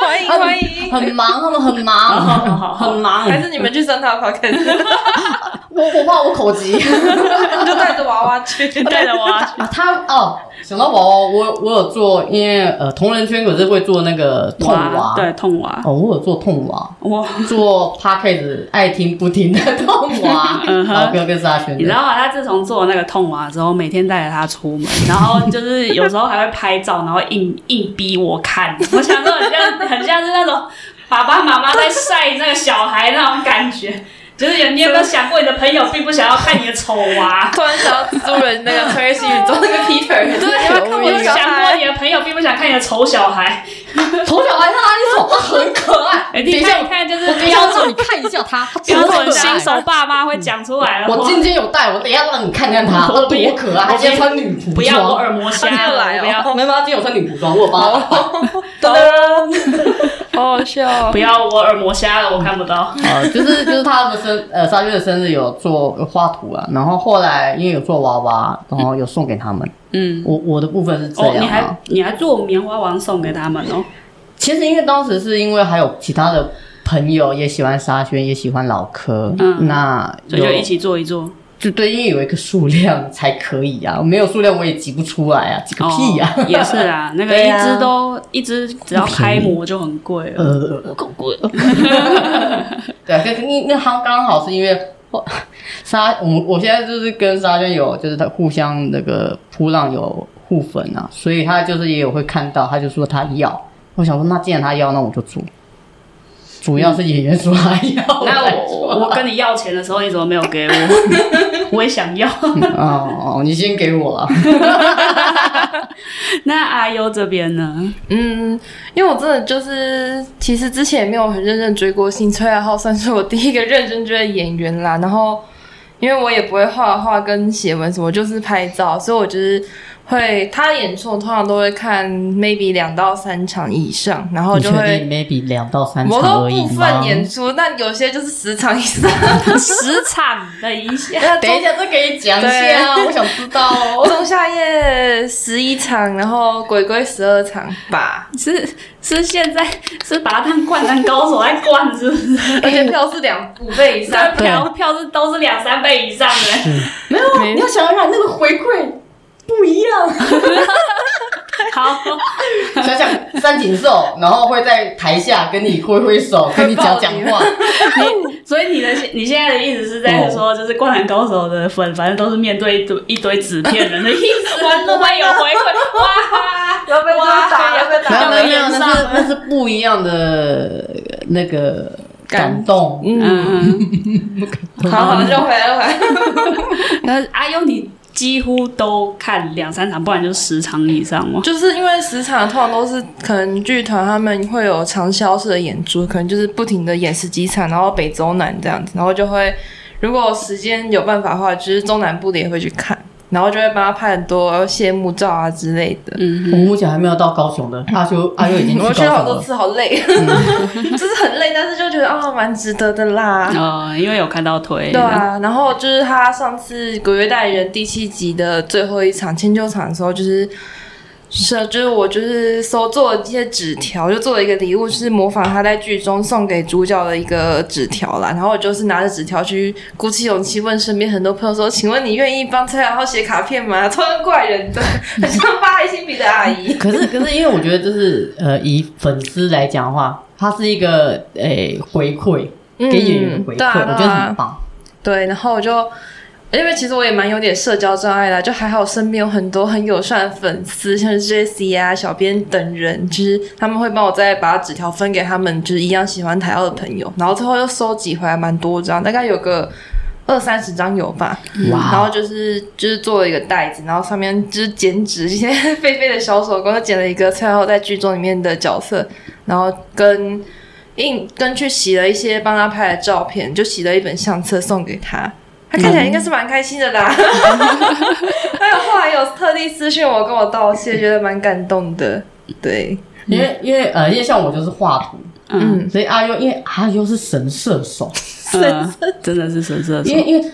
C: 欢迎
B: 他们
C: 欢迎，
B: 很忙，他们很忙，啊
A: (laughs) 好好好好
B: 很忙。
C: 还是你们去上他 p o d
B: 我我怕我口急 (laughs)
C: 就带着娃娃去，
A: 带着我啊。
B: 啊！他哦，想到我哦，我我有做，因为呃，同人圈可是会做那个痛娃，
A: 对，痛娃，
B: 哦，我有做痛娃，
A: 哇，
B: 做 podcast 爱听不听的动画，
A: (laughs) 嗯哼
B: 老哥跟沙宣
A: 你知
B: 的。
A: 道吗？他自从做了那个痛娃之后，每天带着他出门，然后就是有时候还会拍照，然后硬硬逼我看。我想说，很像很像是那种爸爸妈妈在晒那个小孩那种感觉。就是有你有没有想过，你的朋友并不想要看你的丑啊
B: (laughs)
A: 娃？
C: 突然想到蜘蛛人那个 Tracy 宇宙那个 Peter，对
A: 你有没有想过你的朋友并不想看你的丑小孩？
B: 丑小孩他哪里丑？他很可爱。
A: 哎，
B: 等
A: 你
B: 一下
A: 看，你看，就是
B: 我标
A: 标
B: 准，
A: 准
B: 你看一下他，他
A: 标准
B: 多可爱
A: 新手。爸妈会讲出来了。
B: 我今天有带，我等一下让你看看他，他
A: 我不
B: 多可爱。
A: 我不
B: 他今天穿女仆装，
A: 不要我耳膜瞎
C: 他又
A: 了，
C: 来
A: 我
C: 哦
A: 不要。
B: 没有，他今天有穿女仆装，我有帮他
A: 哦
B: 画。
C: (laughs) 好好笑哦
A: 不，要，我耳膜瞎了，我看不到。
B: 呃， (laughs) 就是就是他们生呃沙宣的生日有做有画图啊，然后后来因为有做娃娃，然后有送给他们。
A: 嗯，
B: 我我的部分是这
A: 哦，
B: 样
A: 你
B: 啊。
A: 还你还做棉花王送给他们哦。
B: 其实因为当时是因为还有其他的朋友也喜欢沙宣，也喜欢老柯，
A: 嗯
B: 那
A: 所以就
B: 有
A: 一起做一做。
B: 就对，因为有一个数量才可以啊，没有数量我也挤不出来啊，挤个屁呀、
A: 哦 (laughs) 也是啦，那个
B: (laughs) 对
A: 一
B: 啊
A: 只都、一只只要开模就很贵了。
B: 呃，够贵。 (laughs) 对啊，跟那那他刚好是因为后沙，我们我现在就是跟沙宣有，就是他互相那个扑浪有互粉啊，所以他就是也有会看到，他就说他要。我想说，那既然他要，那我就做。主要是演员说还
C: 嗯
B: 要
A: 那
B: 来
A: 我
B: 做
A: 我跟你要钱的时候，你怎么没有给我？
B: (laughs)
A: 我也想要。 (laughs)
B: 哦哦，你先给我了。
A: 那阿优这边呢？
C: 嗯，因为我真的就是，其实之前也没有很认真追过星，崔爱浩算是我第一个认真追的演员啦。然后，因为我也不会画画跟写文什么，就是拍照，所以我就是会他演出，我通常都会看 maybe 两到三场以上，然后
B: 你确
C: 就
B: 定
C: 会
B: maybe 两到三
C: 我
B: 场
C: 都
B: 而已
C: 部分
B: 吗？
C: 演出，但有些就是十场以上。
A: 十场的一下，
B: 等一下，这可以讲一下，啊我想知道
C: (laughs)
B: 哦。
C: 仲夏夜十一场，然后鬼鬼十二场吧，
A: 是是现在是把它当灌篮高手在灌，是不是？
C: 而且票是两五倍以上
A: 三。票票是都是两三倍以上的，
B: 没有，你要想想看那个回馈不一样。
A: 好，
B: 想想三井寿，然后会在台下跟你挥挥手，跟你讲讲话。
A: 你所以你的你现在的意思是在说，就是《灌篮高手》的粉，反正都是面对一堆一堆纸片人的意思，完不会有回馈，哇哈，
C: 要被
A: 哇
C: 打要被打
B: 没有
A: 要
B: 没
A: 被
B: 有没有，那
C: (laughs)
B: 是那是不一样的呃那个感动。
A: 嗯，
C: 好好，就回来回来。
A: 那阿优你几乎都看两三场，不然就十场以上吗？
C: 就是因为时场通常都是可能剧团他们会有长销式的演出，可能就是不停的演十几场，然后北中南这样子，然后就会如果时间有办法的话，就是中南部的也会去看，然后就会帮他拍很多谢幕照啊之类的。嗯
A: 嗯，
B: 我目前还没有到高雄的，阿修阿修已经去
C: 我
B: 高
C: 去
B: 雄
C: 了好多呃
B: 了。
C: 次，好累， (laughs) 就是很累，但是就觉得啊，蛮值得的啦。
A: 哦，因为有看到腿，
C: 对啊，然后就是他上次《鬼月代理人》第七集的最后一场千秋场的时候，就是是就是我就是收做了一些纸条，就做了一个礼物，是模仿他在剧中送给主角的一个纸条啦。然后我就是拿着纸条去鼓起勇气问身边很多朋友说：“请问你愿意帮崔小浩写卡片吗？”超像怪人的，很 (laughs) 像发爱心笔的阿姨。
B: 可是可是，因为我觉得就是呃，以粉丝来讲的话，它是一个诶、回馈，嗯给演员回馈，
C: 对啊
B: 我觉得很棒。
C: 对，然后我就因为其实我也蛮有点社交障碍的，啊就还好身边有很多很友善的粉丝，像是 J C 啊、小编等人，就是他们会帮我再把纸条分给他们，就是一样喜欢台奥的朋友，然后最后又收集回来蛮多张，大概有个。二三十张有吧，嗯然后
B: 哇，
C: 就是就是做了一个袋子，然后上面就是剪纸一些菲菲的小手工，就剪了一个最后在剧中里面的角色，然后跟印跟去洗了一些帮他拍的照片，就洗了一本相册送给他。他看起来应该是蛮开心的啦，还有后来有特地私讯我跟我道谢，觉得蛮感动的。对，
B: 因为因为呃，因为像我就是画图，
A: 嗯，
B: 所以阿优因为阿优是神射手，
A: 嗯，真的是神射手
B: 因，为因为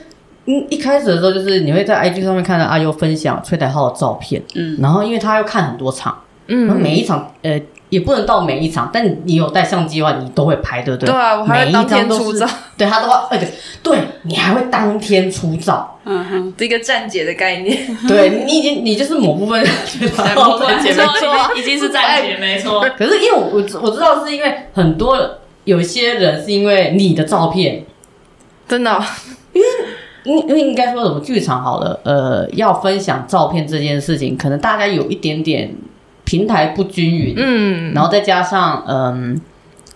B: 嗯一开始的时候就是你会在 IG 上面看到阿优分享崔台浩的照片，
A: 嗯，
B: 然后因为他要看很多场，然后
C: 嗯，
B: 每一场呃也不能到每一场，但你有带相机的话，你都会拍，对不对？
C: 对啊我还会
B: 每一
C: 当天
B: 张都
C: 出
B: 是
C: 照，
B: (laughs) 对他都要，而且对你还会当天出
C: (laughs)
B: 照，
A: 嗯哼，
C: 一个站姐的概念， (laughs)
B: 对你已经你就是某部分觉得
A: 我
B: (laughs)
A: 们
B: 姐妹
A: 错，已经是站姐没错，
B: 可是因为我我知我知道是因为很多有些人是因为你的照片，
C: 真的哦、
B: 应因为应该说什么剧场好了，呃，要分享照片这件事情，可能大家有一点点平台不均匀，
C: 嗯，
B: 然后再加上嗯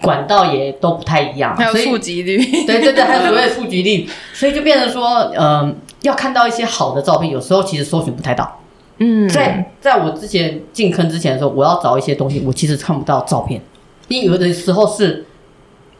B: 管道也都不太一样，
C: 还有
B: 所
C: 触
B: 以
C: 及率，
B: 对对对，还有所谓的触及率，所以就变成说，嗯，要看到一些好的照片，有时候其实搜寻不太到。
C: 嗯，
B: 在在我之前进坑之前的时候，我要找一些东西，我其实看不到照片，因为有的时候是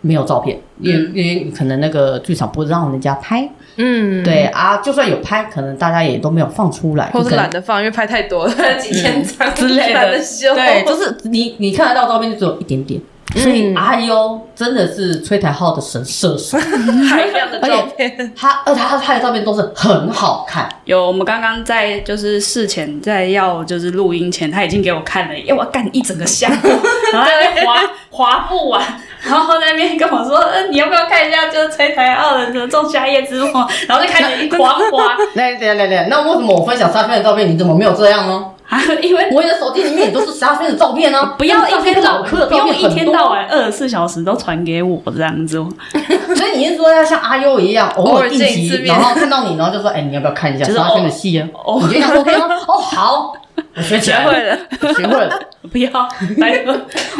B: 没有照片，因为、因为可能那个剧场不让人家拍，
C: 嗯，
B: 对啊，就算有拍，可能大家也都没有放出来，
C: 或
B: 就是可能
C: 懒得放，因为拍太多了，几千张
B: 之类
C: 懒
B: 的
C: 得修。
B: 对，哦就是你你看得到照片就只有一点点，所以阿优真的是崔台浩的神射 (laughs) 手，
C: 海量的照片，
B: 他而且他拍的照片都是很好看，
A: 有，我们刚刚在就是事前在要就是录音前，他已经给我看了，要我干一整个箱，然后在那边划划不完，然后在那边跟我说，呃，你要不要看一下就是崔台奥的什么《仲夏夜之梦》，然后就开始一划划
B: 来来来来，那为什么我分享沙宣的照片，你怎么没有这样呢？
A: 啊，因为
B: 我的手机里面也都是沙宣的照片啊，
A: 不要一天到
B: 老
A: 晚，
B: 客的
A: 不
B: 照
A: 用
B: 片
A: 一天到
B: 晚。
A: 晚二十四小时都传给我这样子，
B: 所以你是说要像阿优一样，偶尔定
C: 偶尔见一次
B: 期，
C: 面
B: 然后看到你，然后就说，哎、你要不要看一下
A: 就是
B: 沙宣的戏啊？
A: 偶
B: 你就想 OK 吗？哦，好，我学起
C: 学
B: 来
C: 会，了，
B: 学会了，
A: (laughs) 不要， (laughs) 拜托，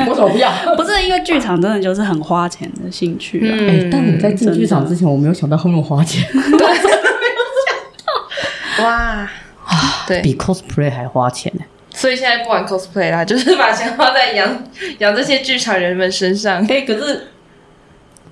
B: 我怎么不要？
A: 不是因为剧场真的就是很花钱的兴趣啊。
B: 哎、但
C: 嗯
B: 我在进
A: 真的
B: 剧场之前，我没有想到后面花钱，
C: 哇，
B: (laughs)
C: 对，
B: 啊比 cosplay 还花钱呢、
C: 所以现在不玩 cosplay 啦， (laughs) 就是把钱花在养养这些剧场人们身上，
B: 哎、可是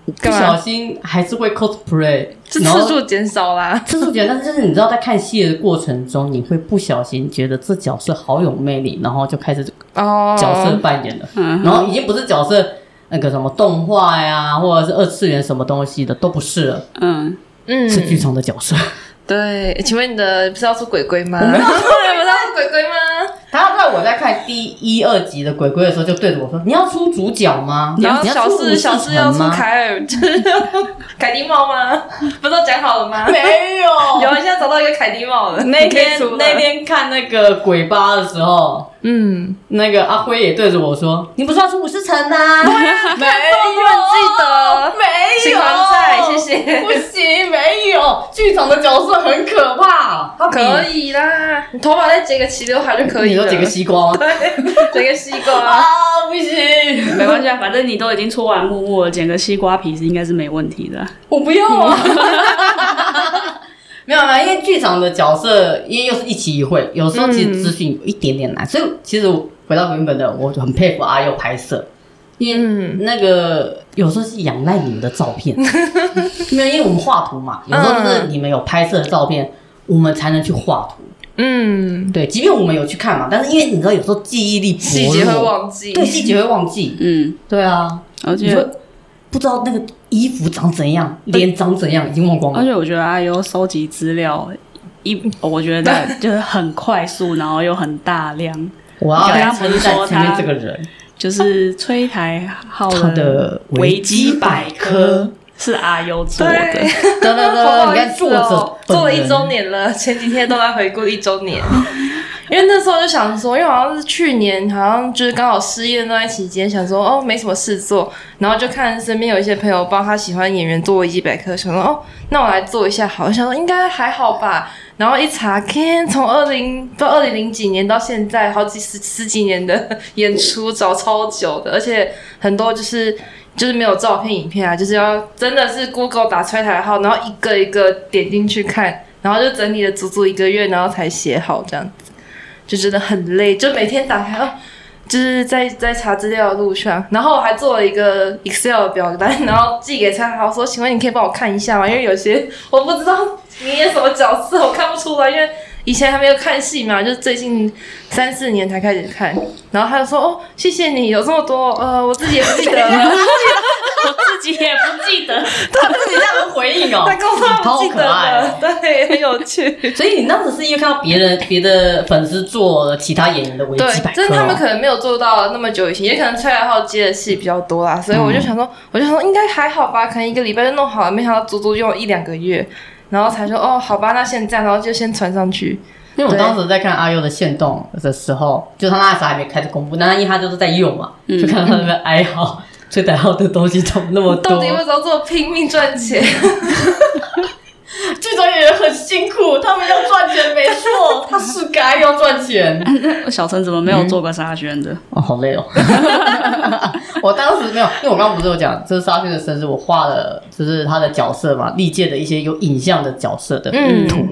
B: 不
C: 干嘛
B: 小心还是会 cosplay，
C: 这
B: 然
C: 次
B: 后
C: 数减少啦。
B: 次数简单，就是你知道在看戏的过程中，你会不小心觉得这角色好有魅力，然后就开始
C: 哦，
B: 角色扮演了，
A: 嗯
B: 然后已经不是角色那个什么动画呀，或者是二次元什么东西的都不是了，
A: 嗯，
C: 嗯，
B: 是剧场的角色。 (laughs)
C: 对，请问你的不是要出鬼鬼吗？我 (laughs) 们要出鬼鬼吗？
B: 他在我在看第一、二集的鬼鬼的时候，就对着我说：“你要出主角吗？你
C: 然
B: 要
C: 后
B: 你
C: 小
B: 要出
C: 四
B: 武士
C: 小四要
B: 团
C: 出
B: 吗
C: 凯尔， (laughs) 就是要出凯蒂帽吗？不是都讲好了吗？？”
B: 没有。
C: 有，啊现在找到一个凯蒂帽了，
B: 哦那
C: 你可以
B: 天
C: 出了
B: 那，天看那个鬼八的时候，
C: 嗯，
B: 那个阿辉也对着我说：“你不是要出武士城吗？” (laughs) 没有，
C: 记得
B: 没
C: 请
B: 有，
C: 还债谢谢
B: 不行，没有，剧场的角色很可怕，他比
C: 可以啦，你头发再剪个齐刘海就可以
B: 你
C: 了。
B: 说整个西瓜吗？
C: 整个西瓜，
B: 啊，不
A: (laughs)
B: 行，
A: 没关系啊，反正你都已经搓完木木了，剪个西瓜皮是应该是没问题的啊。
B: 我不要啊。
C: 嗯
B: (laughs) 没有没有，因为剧场的角色，因为又是一期一会，有时候其实资讯有一点点难，所以其实回到原本的，我就很佩服阿佑拍摄，因
C: 嗯
B: 为那个有时候是仰赖你们的照
C: (laughs)
B: 片，没有，因为我们画图嘛，有时候就是你们有拍摄的照片，我们才能去画图。
C: 嗯，
B: 对，即便我们有去看嘛，但是因为你知道，有时候记忆力薄弱
C: 细节会忘记。
B: 对细节会忘记。
A: 嗯，
B: 对啊，
A: 而
B: 你
A: 且
B: 会不知道那个衣服长怎样，脸长怎样，已经忘光
A: 而
B: 了。
A: 且我觉得阿优收集资料一，我觉得就是很快速，然后又很大量，
B: 我要来称
A: 你刚刚不是说
B: 赞前
A: 他
B: 面这个人， (laughs)
A: 就是崔台浩
B: 他的
A: 维
B: 维
A: 基
B: 基
A: 百
B: 百
A: 科
B: 科
A: 是阿优做的
C: 对，，
B: 对对 (laughs)
C: 好
B: 对，
C: 不好
B: 你
C: 意
B: 看
C: 思
B: 作
C: 哦
B: 者，
C: 做了
B: 本人
C: 一周，年了，前几天都在回顾一周年。 (laughs) 因为那时候就想说，因为好像是去年，好像就是刚好失业那段期间，想说哦没什么事做，然后就看身边有一些朋友帮他喜欢演员做维基百科，想说哦那我来做一下好了，想说应该还好吧。然后一查，天，从二零到二零零几年到现在，好几十十几年的 (laughs) 演出找超久的，而且很多就是就是没有照片、影片啊，就是要真的是 Google 打出来台号，然后一个一个点进去看，然后就整理了足足一个月，然后才写好这样子，就真的很累，就每天打开哦。就是在在查资料的路上，然后我还做了一个 Excel 的表单，然后寄给蔡豪说：“请问你可以帮我看一下吗？因为有些我不知道你演什么角色，我看不出来，因为以前还没有看戏嘛，就是最近三四年才开始看。”然后他就说：“哦，谢谢你有这么多，呃，我自己也不记得了。”
B: (laughs)
A: 我自己也不记得。
B: 他自己这样回应哦，
C: (laughs) 他跟我说
B: 好
C: 我记
B: 可
C: 得
B: 爱哦。
C: 了，对，很有趣。
B: 所以你当时是因为看到别人别的粉丝做了其他演员的维基百
C: 对，
B: 科哦，
C: 就是他们可能没有做到那么久以前，也可能崔来浩接的戏比较多
B: 嗯
C: 啦，所以我就想说，我就想说应该还好吧，可能一个礼拜就弄好了，没想到足足用了一两个月，然后才说哦，好吧，那先这样，然后就先传上去。
B: 因为我当时在看阿优的线动的时候，就他那时候还没开始公布，那因为他就是在用嘛，就看到他那边哀嚎，最代号的东西怎么那么
C: 到
B: 多
C: 底？为什么这么拼命赚钱？
B: (laughs) 剧场演员很辛苦，他们要赚钱，没错，他是该要赚钱。
A: 小陈怎么没有做过沙宣的？
B: 哦，好累哦！我当时没有，因为我刚刚不是有讲，这是沙宣的生日，我画了就是他的角色嘛，历届的一些有影像的角色的
C: 嗯
B: 图。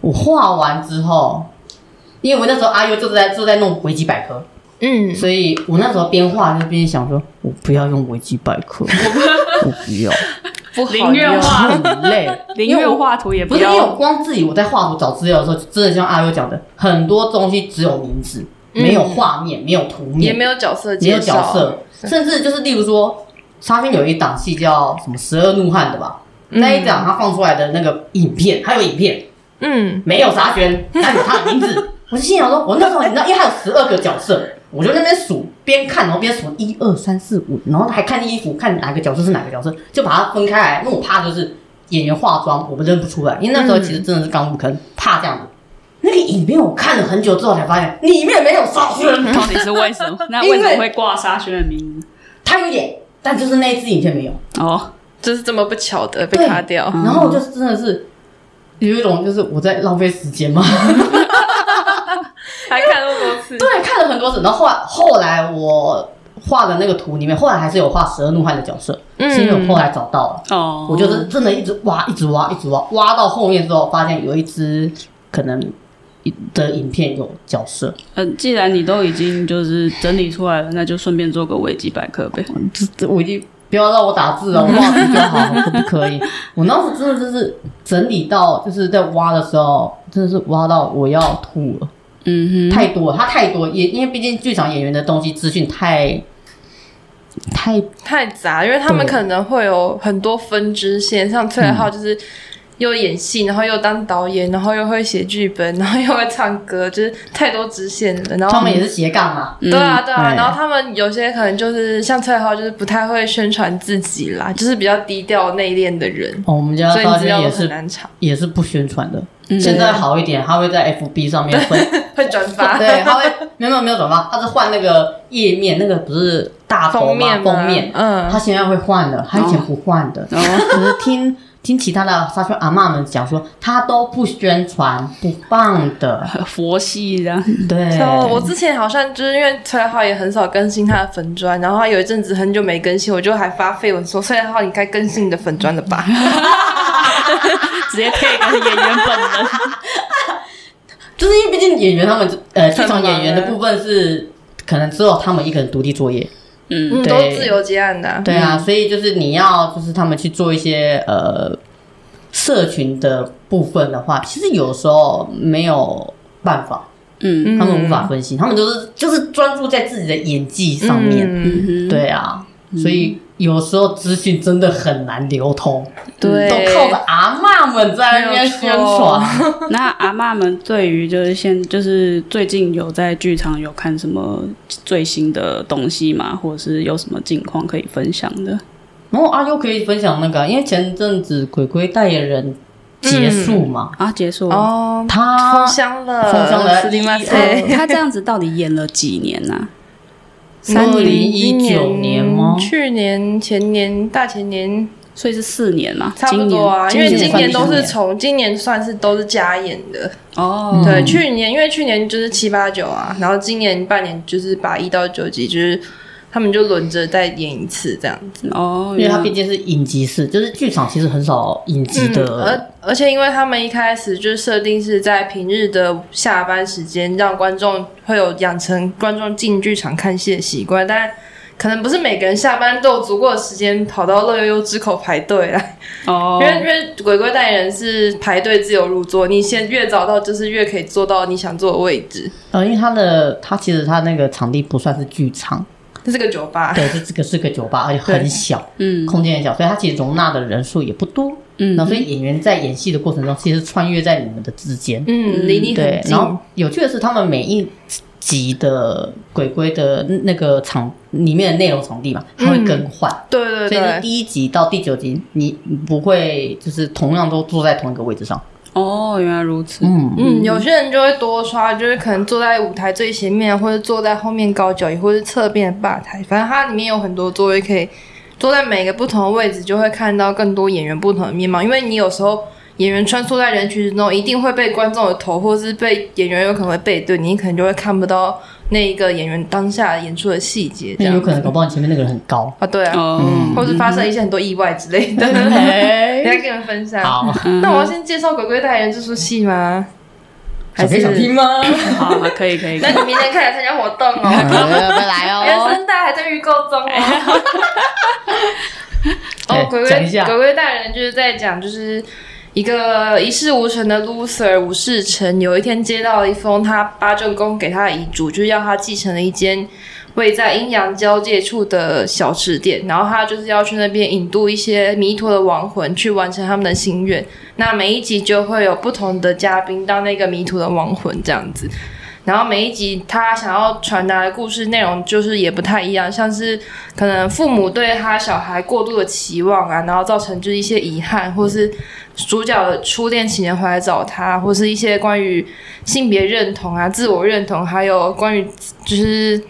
B: 我画完之后，因为我那时候阿优就在就在弄维基百科，
C: 嗯，
B: 所以我那时候边画就边想说，我不要用维基百科，我不要，
C: 不好
A: 零月
C: 用
A: 画
B: 很累。
A: 林月画图也
B: 不
A: 不
B: 是因为
A: 要
B: 我光自己我在画图找资料的时候，真的像阿优讲的，很多东西只有名字，没有画面，没有图面，
C: 也没有角色
B: 没有
C: 介绍，
B: 角色，甚至就是例如说，沙宣有一档戏叫什么《十二怒汉》的吧，那一档他放出来的那个影片，还有影片
C: 嗯，
B: 没有沙宣，
C: (laughs)
B: 但有他的名字。我就心想说，我那时候你知道，因为他有十二个角色，我就在那边数，边看然后边数一二三四五，然后还看衣服，看哪个角色是哪个角色，就把它分开来。因为我怕就是演员化妆，我们认不出来，因为那时候其实真的是刚入坑，怕这样子。
C: 嗯
B: 那个影片我看了很久之后才发现，里面没有沙宣。
A: (laughs) 到底是为什么？那为什么会挂沙宣的名字？
B: 他有演，但就是那一支影片没有。
A: 哦，
C: 就是这么不巧的被
B: 对
C: 卡掉。
B: 然后我就真的是有一种就是我在浪费时间嘛，
C: 还看那么多
B: (laughs)
C: 次，
B: 对，看了很多次。然后后来后来我画的那个图里面，后来还是有画十二怒汉的角色，
C: 嗯
B: 是因为我后来找到了，
A: 哦，
B: 我就是真的一直挖，一直挖，一直挖，挖到后面之后，发现有一只可能的影片有角色，
A: 呃，既然你都已经就是整理出来了，那就顺便做个维基百科呗。
B: 这这我已经不要让我打字啊了，我画图就好，可不可以？我当时真的就是整理到，就是在挖的时候，真的是挖到我要吐了，
A: 嗯哼，
B: 太多了，它太多，也因为毕竟剧场演员的东西资讯太太
C: 太杂，因为他们
B: 对嗯
C: 可能会有很多分支线，像崔来浩就是又演戏，然后又当导演，然后又会写剧本， (laughs) 然后又会唱歌，就是太多支线了。然后
B: 他们也是斜杠嘛，
C: 对啊，对啊，
B: 哎
C: 然后他们有些可能就是像崔来浩，就是不太会宣传自己啦，就是比较低调内敛的人，
B: 哦，我们家
C: 所以
B: 到
C: 你
B: 现
C: 资
B: 在
C: 料
B: 也
C: 都很
B: 是
C: 难查，
B: 也是不宣传的。
A: 嗯
B: 现在好一点，他会在 FB 上面分，
C: (laughs) 会转
B: (laughs)
C: 发。
B: 对，
C: (laughs)
B: 他会没有没有转发，他是换那个页面，那个不是大头
C: 封
B: 嘛
C: 面吗
B: 封面，
C: 嗯
B: 他现在会换的，他以前不换的。
A: 然后
B: 可是听听其他的沙丘阿嬷们讲说，他都不宣传不放的，
A: 佛系这样，
B: 对，
C: 哦，我之前好像就是因为崔浩也很少更新他的粉砖，然后他有一阵子很久没更新，我就还发绯闻说崔浩你该更新你的粉砖了吧？
A: 直接 take 演员本人。
B: 就是因为毕竟演员他们就呃剧场
C: 很忙
B: 演员的部分是可能只有他们一个人独立作业，
A: 嗯
C: 嗯，
B: 对
C: 都是自由接案的啊、
B: 对啊，所以就是你要就是他们去做一些呃社群的部分的话，其实有时候没有办法，
A: 嗯
B: 他们无法分析，他们就是就是专注在自己的演技上面。
C: 嗯、
A: 嗯哼，
B: 对啊，所以有时候资讯真的很难流通，
C: 对，
B: 都靠着阿嬷们在那边宣传。
A: (laughs) 那阿嬷们对于就是现就是最近有在剧场有看什么最新的东西吗？或者是有什么近况可以分享的？
B: 然后阿优可以分享那个，因为前阵子鬼鬼代言人结束嘛，
A: 啊，结束。 (laughs)
C: 哦，
B: 他
C: 封箱了，
B: 封箱了
C: 斯蒂曼
B: 一
A: 呃
C: 塞
A: 他这样子到底演了几年啊呢、 (laughs)
B: 三零一
C: 今
B: 九年吗？
C: 去年、前年、大前年
A: 所以是四年嘛，
C: 差不多啊，因
A: 今
C: 为
A: 年
C: 今
B: 年嗯
C: 年都
B: 算
C: 是
B: 是
C: 从今年算是都是加演的，
A: 哦，
C: 对，去年因为去年就是七八九啊，然后今年半年就是把一到九集就是。他们就轮着再演一次这样子，
A: 哦，
B: 因为它
A: 原来
B: 毕竟是影集式，就是剧场其实很少影集的，
C: 而而且因为他们一开始就设定是在平日的下班时间，让观众会有养成观众进剧场看戏的习惯，但可能不是每个人下班都有足够的时间跑到乐悠悠之口排队啦。
A: 哦
C: 因，为因为鬼鬼代言人是排队自由入座，你先越早到就是越可以坐到你想坐的位置。
B: 呃，因为它的它其实它那个场地不算是剧场，
C: 这是个酒吧，
B: 对，就这个是个酒吧，而且很小，
A: 嗯
B: 空间很小，所以它其实容纳的人数也不多。
A: 嗯
B: 然后所以演员在演戏的过程中，其实穿越在你们的之间。
C: 嗯，离你
B: 对
C: 很，近
B: 然。后有趣的是，他们每一集的鬼鬼的那个场里面的内容场地嘛，它
C: 嗯
B: 会更换。
C: 对对
B: 所以是
C: 对，
B: 第一集到第九集，你不会就是同样都坐在同一个位置上。
A: 哦，原来如此，
B: 嗯，
C: 嗯，有些人就会多刷，就是可能坐在舞台最前面，或者坐在后面高脚椅，或者是侧边的吧台，反正它里面有很多座位可以坐在每个不同的位置，就会看到更多演员不同的面貌。因为你有时候演员穿梭在人群之中，一定会被观众的头，或是被演员有可能会背对，你可能就会看不到那一个演员当下演出的细节，这
B: 那
C: 样
B: 有可能搞不好你前面那个人很高。
C: 啊，对啊，
A: 哦，
C: 或是发生一些很多意外之类的，等一下跟 (laughs) 你们分
B: 嗯 (laughs)
C: 享。
B: 好，嗯
C: 那我要先介绍《鬼鬼代言人》这出戏吗？还是 (laughs)
B: 吗？
A: 好，可以可以，
C: 那你明天开始参加活动
B: (laughs)
C: 哦，
B: 拜来
C: 原
B: 哦。
C: 声带还在预购中哦。
B: 哎
C: 哦，鬼
B: 讲一下
C: 鬼鬼鬼大人就是在讲，就是一个一事无成的 loser 武士成，有一天接到了一封他八正宫给他的遗嘱，就是要他继承了一间位在阴阳交界处的小吃店，然后他就是要去那边引渡一些弥陀的亡魂，去完成他们的心愿。那每一集就会有不同的嘉宾当那个迷途的亡魂这样子。然后每一集他想要传达的故事内容就是也不太一样，像是可能父母对他小孩过度的期望啊，然后造成就是一些遗憾，或是主角的初恋情人回来找他，或是一些关于性别认同啊、自我认同，还有关于就是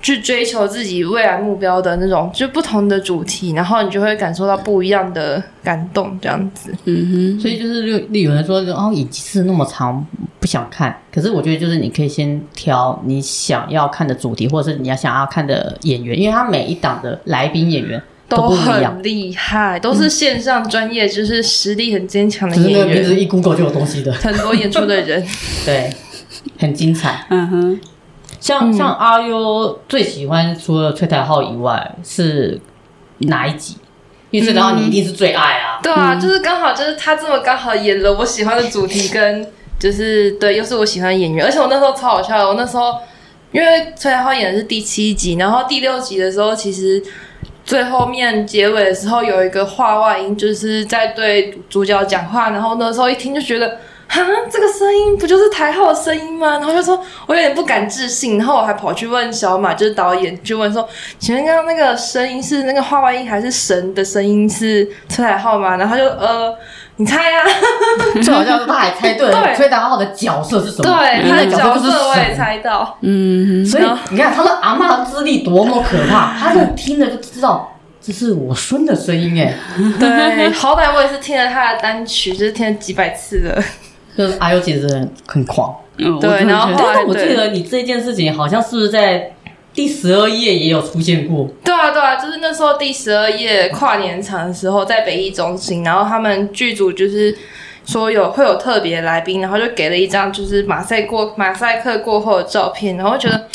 C: 去追求自己未来目标的那种，就不同的主题，然后你就会感受到不一样的感动，这样子。
A: 嗯
B: 所以就是例例如人说，哦，影集是那么长，不想看，可是我觉得就是你可以先挑你想要看的主题，或者是你要想要看的演员，因为他每一档的来宾演员
C: 都
B: 不一样，
C: 很厉害，都是线上专业，就是实力很坚强的
B: 只是那
C: 演
B: 个名字
C: 员，
B: 一 Google 就有东西的，
C: 很多演出的人，
B: 对， (laughs) 很精彩。
A: 嗯哼，
B: 像
C: 嗯
B: 像阿优最喜欢除了吹台号以外是哪一集？因为吹台号你一定是最爱啊。
C: 对啊，就是刚好就是他这么刚好演了我喜欢的主题跟就是对，又是我喜欢的演员，而且我那时候超好笑的，我那时候因为崔台浩演的是第七集，然后第六集的时候其实。最后面结尾的时候有一个话外音，就是在对主角讲话，然后那时候一听就觉得，哈，这个声音不就是台号的声音吗？然后就说，我有点不敢置信，然后我还跑去问小马，就是导演，就问说，请问刚刚那个声音是那个话外音还是神的声音是崔台浩吗？然后他就呃，你猜啊，
B: (laughs) 最好笑是他还猜对了
C: (laughs) 对
B: 崔达浩的角色是什么？
C: 对， (laughs) 他的角
B: 就是
C: 色我也
B: 神
C: 猜 (laughs) 到，
A: 嗯哼，
B: 所以你看他的阿嬷的资历多么可
C: (laughs)
B: 怕，他就听着就知道这是我孙的声音哎， (laughs)
C: 对，好歹我也是听了他的单曲，就是听了几百次了，
B: 就是阿优其实很狂。
A: 嗯我
C: 对
A: 真的
C: 然后
A: 觉得
B: 但
C: 对
B: 是我记得你这件事情好像是不是在第十二页也有出现过？
C: 对啊，对啊，就是那时候第十二页跨年场的时候，在北艺中心，然后他们剧组就是说有会有特别来宾，然后就给了一张就是马赛过马赛克过后的照片，然后觉得。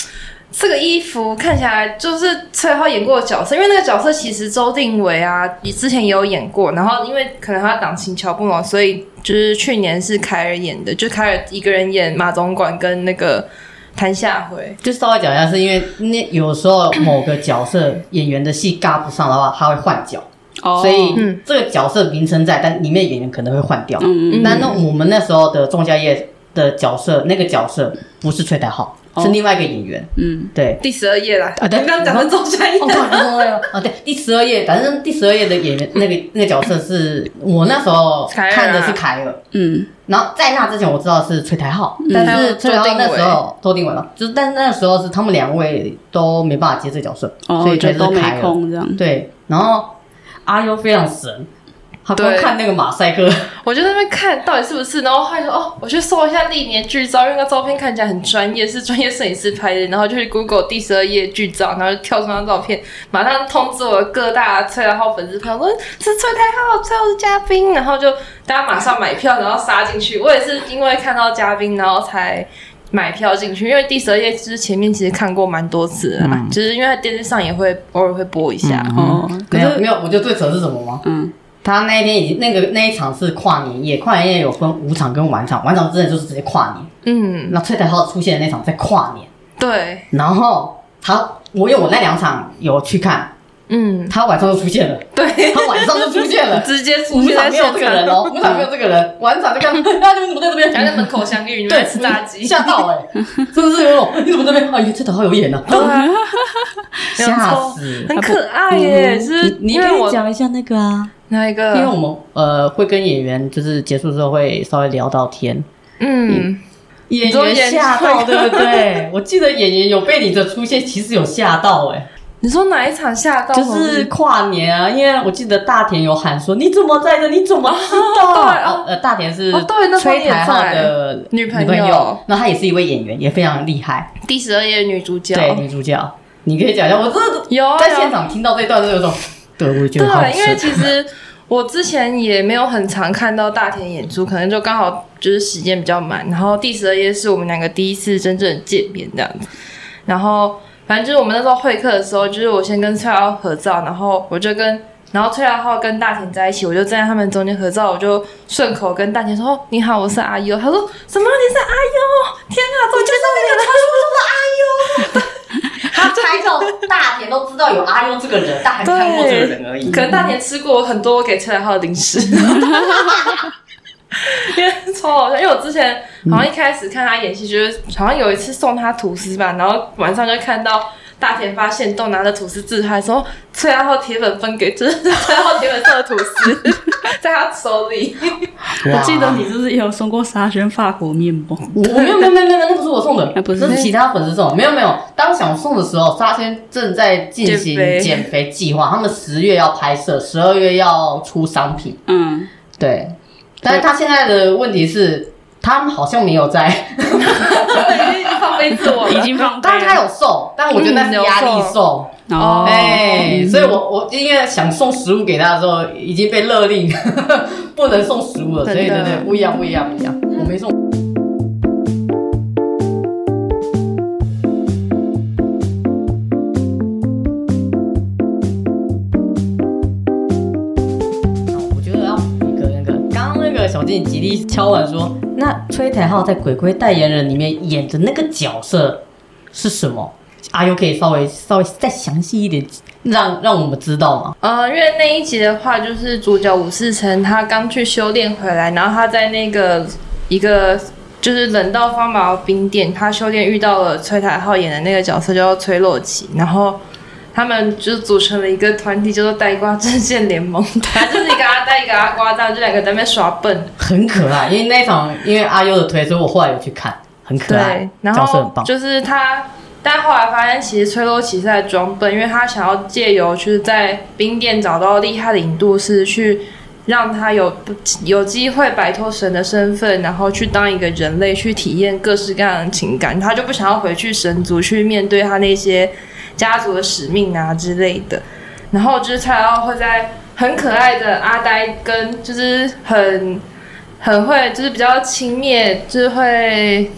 C: 这个衣服看起来就是崔浩演过的角色，因为那个角色其实周定伟啊，之前也有演过。然后因为可能他档期瞧不拢，所以就是去年是凯尔演的，就凯尔一个人演马总管跟那个谭夏辉。
B: 就稍微讲一下，是因为那有时候某个角色演员的戏尬不上的话，他会换角，
A: 哦，
B: 所以
C: 嗯
B: 这个角色名称在，但里面演员可能会换掉。
A: 嗯嗯
B: 那那我们那时候的仲夏夜的角色，那个角色不是崔台浩，
A: 哦
B: 是另外一个演员。
A: 嗯，
B: 对，
C: 第十二页啦，
B: 啊对
C: 刚刚讲的周夏
B: 哦，对，不是那个 (laughs) 哦，对，第十二页，反正第十二页的演员那个那个角色是我那时候
C: 凯尔啊
B: 看的是凯尔，
A: 嗯，
B: 然后在那之前我知道是崔台浩，但是崔台浩那时候周定伟嘛，就是但是那时候是他们两位都没办法接这角色，所
A: 哦，
B: 以
A: 就
B: 才是
A: 都没
B: 凯尔。
A: 空这样，
B: 对，然后阿优非常神，他光
C: 对
B: 看那个马赛克，
C: 我就在那边看到底是不是，然后后来说哦，我去搜一下历年剧照，因为那照片看起来很专业，是专业摄影师拍的，然后就去 Google 第十二页剧照，然后就跳出那张照片，马上通知我的各大崔台浩粉丝朋友说是崔台浩，崔台浩是嘉宾，然后就大家马上买票，然后杀进去。我也是因为看到嘉宾，然后才。买票进去，因为第十二页就是前面其实看过蛮多次的啦，就是因为它电视上也会偶尔会播一下。
A: 哦， (laughs) 可
B: 没有
A: 是
B: 没有，我觉得最扯是什么吗？
A: 嗯，
B: 他那一天已经那个那一场是跨年夜，跨年夜有分午场跟晚场，晚场之前就是直接跨年，
C: 嗯，
B: 那崔台浩出现的那场在跨年。
C: 对，
B: 然后他，我有我那两场有去看，
C: 嗯，
B: 他晚上就出现了，
C: 对，，
B: 他晚上就出现了
C: 直接出
B: 午
C: 现在
B: 场没有
C: 现
B: 这个
C: 场
B: 人哦，午场没有这个人，晚场就 (laughs) 看，他你们怎么在这
C: (laughs) 还在
B: 边？
C: 门口相遇，你
B: 对，
C: 们吃炸鸡，
B: 吓
C: (laughs)
B: 到 (laughs) 哎、真的是有种你怎么这边？啊，这头好有眼啊，
C: 对啊，没有
B: (laughs) 吓
C: 错
B: 死！
C: 很可爱耶，就是
B: 嗯你
C: 因为我
B: 讲一下那个啊，
C: 那一
B: 因为我
C: 个，
B: 们呃会跟演员就是结束之后会稍微聊到天，
C: 嗯，
B: 演
C: 说
B: 员
C: 演
B: 吓到
C: 那个
B: 对不对？我记得演员有被你的出现其实有吓到哎、
C: 你说哪一场吓到我？
B: 就是跨年啊，因为我记得大田有喊说：“你怎么在这？你怎么知道？”
C: 哦 (laughs) 对哦
B: 呃，大田是
C: 哦对那时候
B: 崔台浩
C: 你也在
B: 的
C: 女
B: 朋
C: 朋友
B: 那她也是一位演员，也非常厉害，
C: 第十二页女主角，
B: 对女主角。你可以讲一下，我真的
C: 有啊
B: 在
C: 有
B: 现场听到这段是有种，对，我也觉得好
C: 对，因
B: 神。
C: 为其实我之前也没有很常看到大田演出，可能就刚好就是时间比较满。然后第十二夜是我们两个第一次真正见面这样子，然后反正就是我们那时候会客的时候，就是我先跟崔浩合照，然后我就跟。然后崔浩浩跟大田在一起，我就站在他们中间合照，我就顺口跟大田说：“哦，你好，我是阿优。”他说：“什么？你是阿优？天啊，怎么就是那个传说中的
B: 他拍照，大田都知道有阿优这个人，但还没看过这个人而已。
C: 可能大田吃过很多我给车浩的零食， (laughs) 因为超好笑。因为我之前好像一开始看他演戏，就是好像有一次送他吐司吧，然后晚上就看到。大田发现豆拿着吐司自拍，说崔浩铁粉分给，就是崔浩铁粉送的吐司， (laughs) 在他手里。
A: 我记得
B: 哇
A: 你是不是也有送过沙宣法国面包？
B: 啊我我没有没有没有没有，那不是我送的，
A: 啊不是
B: 那是其他粉丝送的。没有没有，当想送的时候，沙宣正在进行
C: 减肥
B: 减肥计划，他们十月要拍摄，十二月要出商品，
A: 嗯，
B: 对。但是他现在的问题是，他好像没有在，
C: 已经放飞自我
A: 已
C: 了。
A: 经放飞
B: 但
A: 了，
B: 是他有瘦，但我觉得那是压力瘦。
A: 嗯哦，嗯
B: 哎、所以我我因为想送食物给他的时候，已经被勒令不能送食物了，所以对
C: 真的
B: 对，不一样不一样不一样，我没送。我觉得要补一个那个，刚刚那个小静极力敲碗说，那崔台浩在《鬼鬼代言人》里面演的那个角色是什么？阿优可以稍微稍微再详细一点，让让我们知道吗？
C: 呃，因为那一集的话，就是主角武世成他刚去修炼回来，然后他在那个一个就是冷到发毛冰店，他修炼遇到了崔台浩演的那个角色叫做崔洛奇，然后他们就组成了一个团体，叫做呆瓜阵线联盟， (laughs) 他就是一个阿呆一个阿瓜，这样就两个在那边耍笨。
B: 很可
C: (laughs)
B: 爱，因为那一场因为阿优的推，所以我后来有去看，很可爱
C: 对，，然
B: 角色
C: 后
B: 很棒。
C: 就是他，但后来发现其实崔洛奇是在装笨，因为他想要借由就是在冰店找到厉害的引渡师，去让他有不有机会摆脱神的身份，然后去当一个人类，去体验各式各样的情感。他就不想要回去神族去面对他那些家族的使命啊之类的。然后就是蔡奥会在很可爱的阿呆跟就是很很会就是比较轻蔑，就是会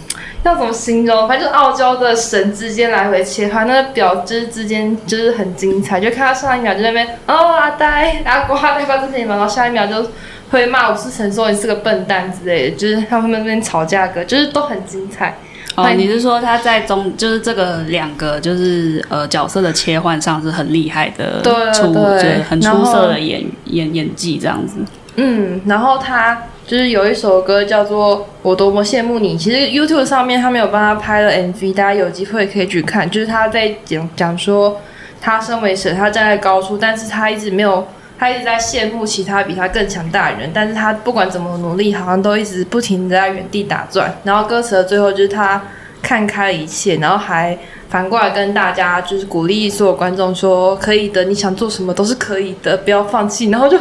C: 要怎么形容？反正就是傲娇的神之间来回切换，那个表之之间就是很精彩。就看到上一秒就在那边哦阿呆，然后呱阿呆呱这些嘛，然后下一秒就会骂我是神说你是个笨蛋之类的，就是他们那边吵架歌，就是都很精彩。
A: 哦，你是说他在中，就是这个两个就是呃角色的切换上是很厉害的
C: 对对
A: 出，就是很
C: 然
A: 出
C: 后
A: 色的演演演技这样子。
C: 嗯，然后他就是有一首歌叫做《我多么羡慕你》，其实 YouTube 上面他们有帮他拍了 MV，大家有机会可以去看。就是他在讲讲说，他身为神，他站在高处，但是他一直没有，他一直在羡慕其他比他更强大的人，但是他不管怎么努力，好像都一直不停的在原地打转。然后歌词的最后就是他看开了一切，然后还反过来跟大家就是鼓励所有观众说，可以的，你想做什么都是可以的，不要放弃。然后就。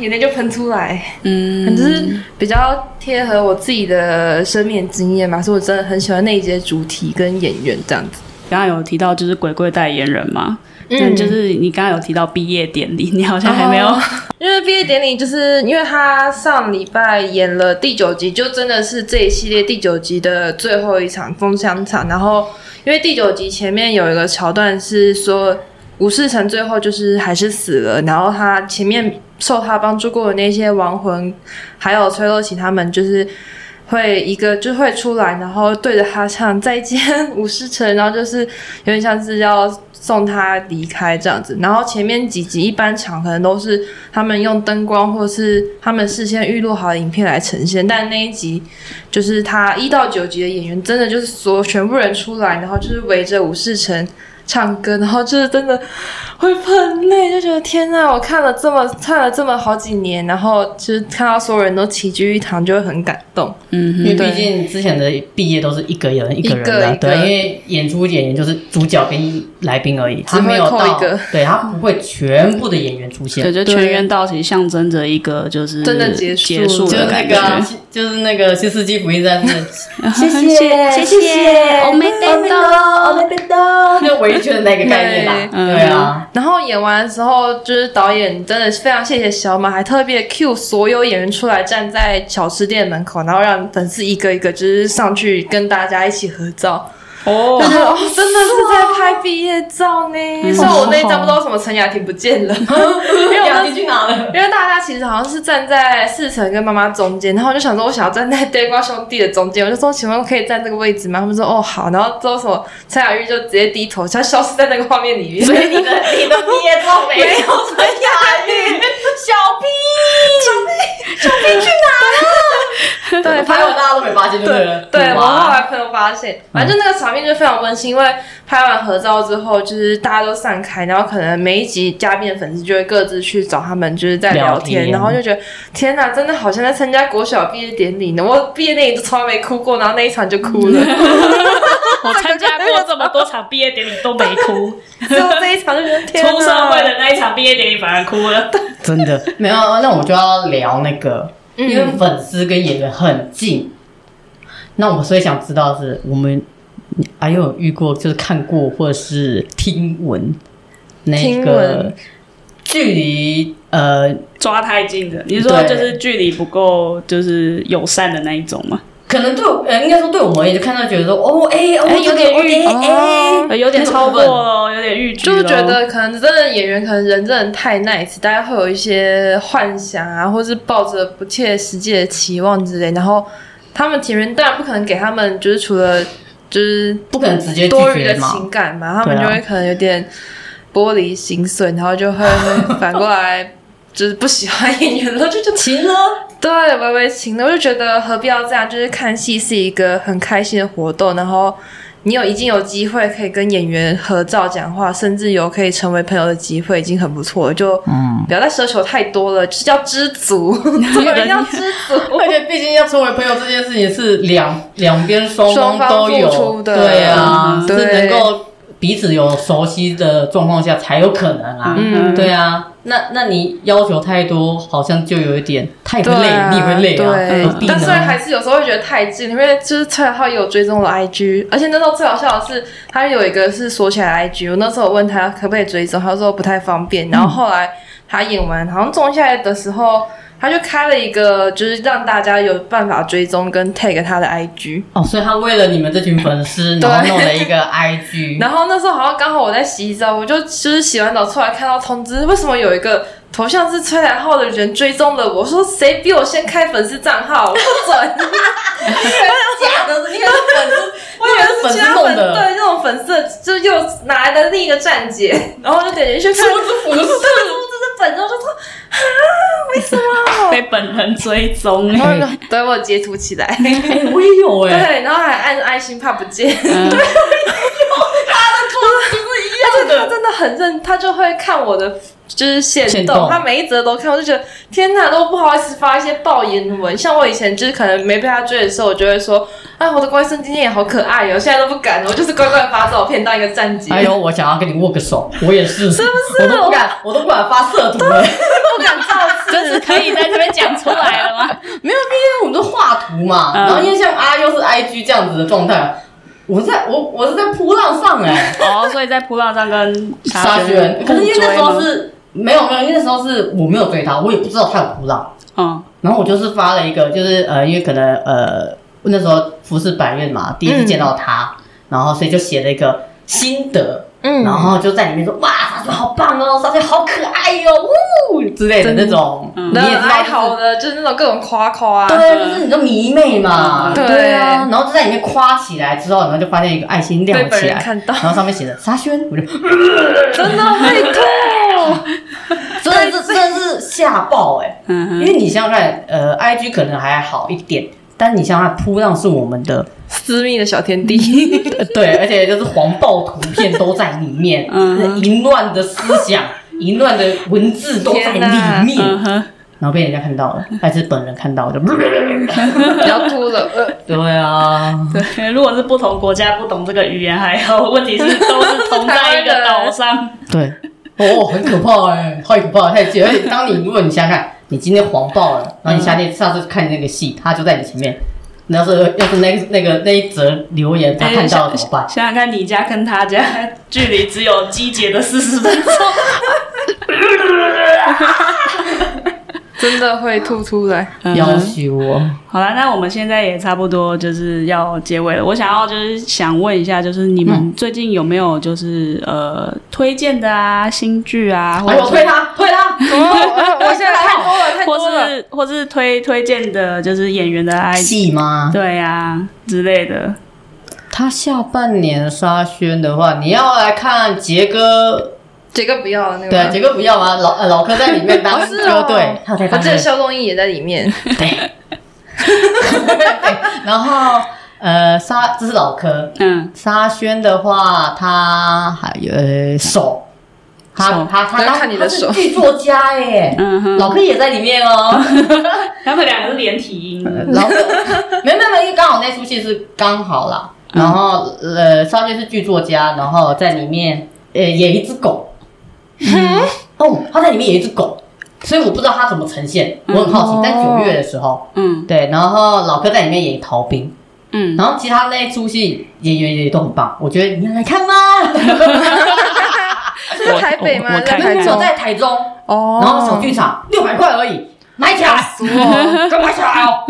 C: 眼泪就喷出来，
A: 嗯，
C: 就是比较贴合我自己的生命经验吧，所以我真的很喜欢那一节主题跟演员这样子。
A: 刚刚有提到就是鬼鬼代言人嘛，
C: 嗯
A: 但就是你刚刚有提到毕业典礼，你好像还没有
C: 哦因为毕业典礼，就是因为他上礼拜演了第九集，就真的是这一系列第九集的最后一场封箱场。然后，因为第九集前面有一个桥段是说，吴世成最后就是还是死了，然后他前面受他帮助过的那些亡魂，还有崔洛奇他们，就是会一个就会出来，然后对着他唱再见吴世成，然后就是有点像是要送他离开这样子。然后前面几集一般场可能都是他们用灯光或是他们事先预录好的影片来呈现，但那一集就是他一到九集的演员真的就是所有全部人出来，然后就是围着吴世成。唱歌，然后就是真的会喷泪，就觉得天呐，我看了这么看了这么好几年，然后就是看到所有人都齐聚一堂，就会很感动。
A: 嗯
B: 因为
A: 哼，
B: 毕竟之前的毕业都是一个人一个人
C: 一个
B: 的，
C: 一个
B: 对，因为演出演员就是主角跟来宾而已，他没有
C: 只会扣
B: 到
C: 一个，
B: 对他不会全部的演员出
A: (laughs)
B: 现
A: 对，。就全员到齐，象征着一个就是
C: 真的结束
A: 结束
B: 就是
A: 的
B: 那
A: 感
B: 个啊
A: 觉。，
B: 就是那个《新世纪福音战
C: (laughs)
B: 士》，
A: (laughs) 谢谢谢谢，我哦没等
C: 哦
A: 到，
B: 就围圈的那个概念啦。
A: 嗯
B: 对啊，
C: 然后演完的时候，就是导演真的是非常谢谢小马，还特别 cue 所有演员出来站在小吃店门口，然后让粉丝一个一个就是上去跟大家一起合照。
A: 哦
C: 就觉得哦，真的是在拍毕业照 (laughs) 呢。所以我那一张不知道为什么陈雅婷不见了， (laughs) 因
B: (laughs)
C: 为我
B: 雅
C: 那
B: 婷去哪了？
C: 因为大家其实好像是站在四成跟妈妈中间，然后我就想说，我想要站在 (laughs) 呆瓜兄弟的中间，我就说，请问可以站这个位置吗？他们说，哦，好。然后之后什么蔡雅玉就直接低头，她消失在那个画面里面。
B: 所
C: (laughs)
B: 以你的你的毕业照没有陈雅玉，小 P，小 P 去哪了？
C: (laughs) 对
B: 拍完大家都没发现，对了。
C: 对，我后
B: 哇
C: 来朋友发
B: 嗯
C: 现，反正那个场面就非常温馨，因为拍完合照之后，就是大家都散开，然后可能每一集嘉宾的粉丝就会各自去找他们，就是在聊天，
B: 聊天
C: 然后就觉得天哪，真的好像在参加国小毕业典礼呢。我毕业那一从来没哭过，然后那一场就
B: (laughs)
C: 哭了，
A: 我参加过这么多场毕业典礼都没哭，
C: 最后这一场就觉得天哪，
A: 出社会的那一场毕业典礼反而哭了。
B: (laughs) 真的没有，那我们就要聊那个，因为粉丝跟演员很近，那我所以想知道的是我们还有遇过就是看过或者是听闻那
C: 听
B: 个
C: 闻
B: 距离呃
A: 抓太近的，你是说
B: 对
A: 就是距离不够，就是友善的那一种嘛，
B: 可能对我，呃，应该说对我们而言，就看到觉得说，哦，哎、哦，
A: 哎
B: 有
A: 有
B: 点
A: 点
B: 晕，
A: 晕
B: 哎、
A: 呃有点
B: 那个
A: 超
B: 部
A: 过
B: 分
A: 了，有点逾矩
C: 就是
A: 咯
C: 觉得可能真的演员可能人真的太 nice，大家会有一些幻想啊，或是抱着不切实际的期望之类，然后他们演员当然不可能给他们就是除了就是
B: 不可能直接拒
C: 多余
B: 绝
C: 的
B: 嘛
C: 情感嘛，他们
B: 对
C: 就
B: 啊
C: 会可能有点玻璃心碎，然后就
B: (laughs)
C: 会反过来就是不喜欢演员了，就觉得
B: 其实呢，
C: 对，微微情的，我就觉得何必要这样？就是看戏是一个很开心的活动，然后你有已经有机会可以跟演员合照、讲话，甚至有可以成为朋友的机会，已经很不错了。就不要再奢求太多了，就是要知足， (laughs) 做人要知足。
B: (laughs) 而且毕竟要成为朋友这件事情是两两边双
C: 双方
B: 都有，
C: 付出的
B: 对啊，
C: 嗯
B: 是能
C: 对
B: 够彼此有熟悉的状况下才有可能啊，
A: 嗯
B: 对啊，那那你要求太多，好像就有一点，他也会
C: 对
B: 累，
C: 啊，
B: 你也会累
C: 对
B: 啊，何必呢
C: 但虽然还是有时候会觉得太近，因为就是崔浩有追踪我的 IG，而且那时候最好笑的是，他有一个是锁起来的 IG，我那时候我问他可不可以追踪，他说不太方便。
B: 嗯
C: 然后后来他演完好像中下来的时候，他就开了一个就是让大家有办法追踪跟 tag 他的 IG。
B: 哦，所以他为了你们这群粉丝，然后弄了一个 IG，
C: (laughs) 然后那时候好像刚好我在洗澡，我就就是洗完澡出来看到通知，为什么有一个头像是崔来浩的人追踪了我？我说谁比我先开粉丝账号？我不准。
B: 假的，你以为是粉丝，
C: 我以为是其他
B: 你以为是粉丝弄
C: 粉
B: 的
C: 对那种粉色，就又哪来的另一个站姐，然后就点进去 (laughs) 看，
B: 不是不是
C: 这是粉，然后就说啊，为什么？
A: 被本人追踪欸，
C: (laughs) 然后对我有截图起来，
B: 哎、我也有哎、
C: (laughs) 对，然后还按爱心怕不见， (laughs)
A: 嗯
C: 而且他真的很认，他就会看我的。就是线
B: 限动
C: 动，他每一则都看，我就觉得天哪，都不好意思发一些爆言文。像我以前就是可能没被他追的时候，我就会说，啊，我的乖孙今天也好可爱哦，现在都不敢了，我就是乖乖发照片当一个站姐。
B: 还有，哎我想要跟你握个手，我也是，是不是？我都不敢，我都不敢发色图了，
C: 不敢 (laughs) 造次，
A: 真是可以在这边讲出来了吗？
B: 没有，毕竟我们都画图嘛。
A: 嗯
B: 然后因为像阿优是 IG 这样子的状态，我在我我是在扑浪上哎、
A: 哦，所以在扑浪上跟
B: 沙宣，
A: 互
B: 可是因为
A: 嗯
B: 那
A: 追
B: 时候
A: 吗，
B: 是没有没有，因为那时候是我没有追他，我也不知道他有扑浪。
A: 嗯
B: 然后我就是发了一个，就是呃，因为可能呃那时候服饰百院嘛，第一次见到他，然后所以就写了一个心得，
C: 嗯
B: 然后就在里面说哇，莎莎好棒哦，莎莎好可爱哟、哦，呜之类的那种，
A: 嗯
B: 你
C: 那
B: 也知道
C: 还
B: 就是
C: 好的，就是那种各种夸夸、 (laughs) 啊。
B: 对，就是你就迷妹
A: 嗯
B: 嘛，对
C: 对
B: 啊，然后就在里面夸起来之后，然后就发现一个爱心
C: 被
B: 亮
C: 本
B: 起
C: 人
B: 来，
C: 看到
B: 然，后上面写着沙宣，
C: (laughs)
B: 我就
C: 真的会吐。
B: 真的是真的是吓爆哎、因
A: 嗯
B: 为你想想看，呃，IG 可能还好一点，但你想想看，扑浪是我们的
C: (laughs) 私密的小天 (laughs) 地，
B: 呃对，而且就是黄暴图片都在里
C: (laughs)
B: 面，
A: 嗯
B: 那淫乱的思想、淫乱的文字都在里
A: 哼
B: 面，
A: 嗯哼，
B: 然后被人家看到了，还是本人看到的。 (laughs)
C: 不要吐了。呃
B: 对啊，
A: 对，如果是不同国家不懂这个语言还好，问题是都是同在一个岛上，
B: 对，哦，很可怕哎、太可怕了，太贱！而且当你如果你想想看，你今天黄暴了，然后你下天上次看那个戏，他就在你前面。你要是要是那个那个那一则留言 (laughs) 他看到了怎么办
A: 想？想看，你家跟他家距离只有季节的四十分钟，
C: 真的会吐出来。
B: 要求我，
A: 好了，那我们现在也差不多就是要结尾了。我想要就是想问一下，就是你
B: 嗯
A: 们最近有没有就是、呃推荐的啊新剧啊，或
B: 哎
A: 者
B: 呦，推他推他！
C: (laughs) 哦，我现在太多了，太
A: 或
C: 多了。
A: 是或是推推荐的，就是演员的 IG
B: 戏吗？
A: 对啊之类的。
B: 他下半年沙宣的话，你要来看杰哥，
C: 杰哥不要了那
B: 对啊，
C: 个。
B: 杰哥不要吗？老呃老柯在里面当
C: 哦是
B: 歌
C: 哦
B: 队，他有在
C: 我
B: 当
C: 记
B: 歌队
C: 得肖东义也在里面，
B: (laughs) 对，对然后呃沙这是老柯，
A: 嗯，
B: 沙宣的话，他还有呃手，他
A: 手
B: 他他
C: 我要
B: 他
C: 看你的手
B: 他是剧作家耶，
A: 嗯哼
B: 老柯也在里面
C: (laughs)
B: 哦。
A: 他们两个是连体婴，
B: 然后没有没有没有，因为刚好那出戏是刚好啦。
C: 嗯
B: 然后呃，沙宣是剧作家，然后在里面呃演一只
C: (laughs)
B: 狗。
C: 嗯
B: 哦，他在里面演一只狗，所以我不知道
C: 嗯哦
B: 他怎么呈现，我很好奇。在九月的时候，
A: 嗯
B: 对，然后老柯在里面演逃兵，
A: 嗯，
B: 然后其他那一出戏演员也都很棒，我觉得你要来看吗？ (laughs)
D: 是在台北吗？
A: 我
D: 在
A: 我我
D: 台
B: 那
A: 看
B: 时候
D: 中
B: 在台中，
D: 哦，
B: 然后小剧场六百块而已，买起来， (laughs) 快买起来哦！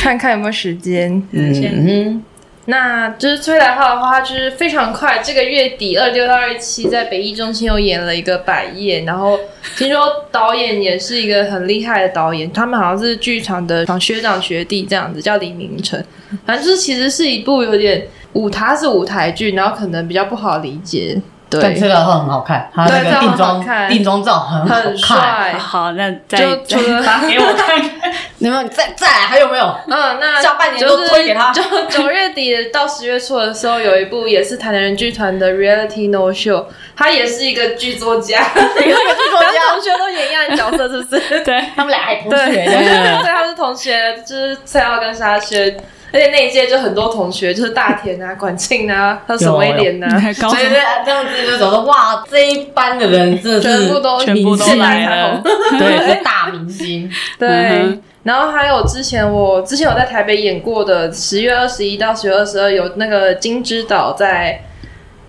D: 看看有没有时间。
B: 嗯，
C: 那就是崔来浩的话，他就是非常快，这个月底二六到二七在北艺中心又演了一个百夜，然后听说导演也是一个很厉害的导演，他们好像是剧场的学长学弟这样子，叫李明成。反正就是其实是一部有点舞台是舞台剧，然后可能比较不好理解，
B: 但
C: 对，
B: 这个很好看，他那
C: 对这
B: 个
C: 样
B: 定
C: 很好
B: 妆
C: 看
B: 定妆照很好
C: 很
B: 看。
C: 帅。
A: 好，那再
C: 就除了
A: 发给我看看。
B: 你们再再来还有没有？
C: 嗯，那
B: 下半年
C: 就是
B: 都推给他
C: 就九月底到十月初的时候，有一部也是台南人剧团的《Reality No Show》，他也是一个剧作家，
B: 作家
C: 跟同学啊都演一样的角色，是不是？
A: 对，
B: 他们俩还同
C: (laughs) 对，
B: 学，
C: 对，他们是同学，就是蔡耀跟沙宣。而且那一届就很多同学，就是大田啊、管庆啊、还有沈威廉呐、
A: 你
C: 啊，
A: 还高
B: 所以这这样子就想说，哇，这一班的人真的是
C: 全部都
A: 全部都
B: 明星
A: 来了，
B: 对，是大明星。
C: 对，
A: 嗯哼
C: 然后还有之前我之前有在台北演过的，十月二十一到十月二十二有那个金枝岛在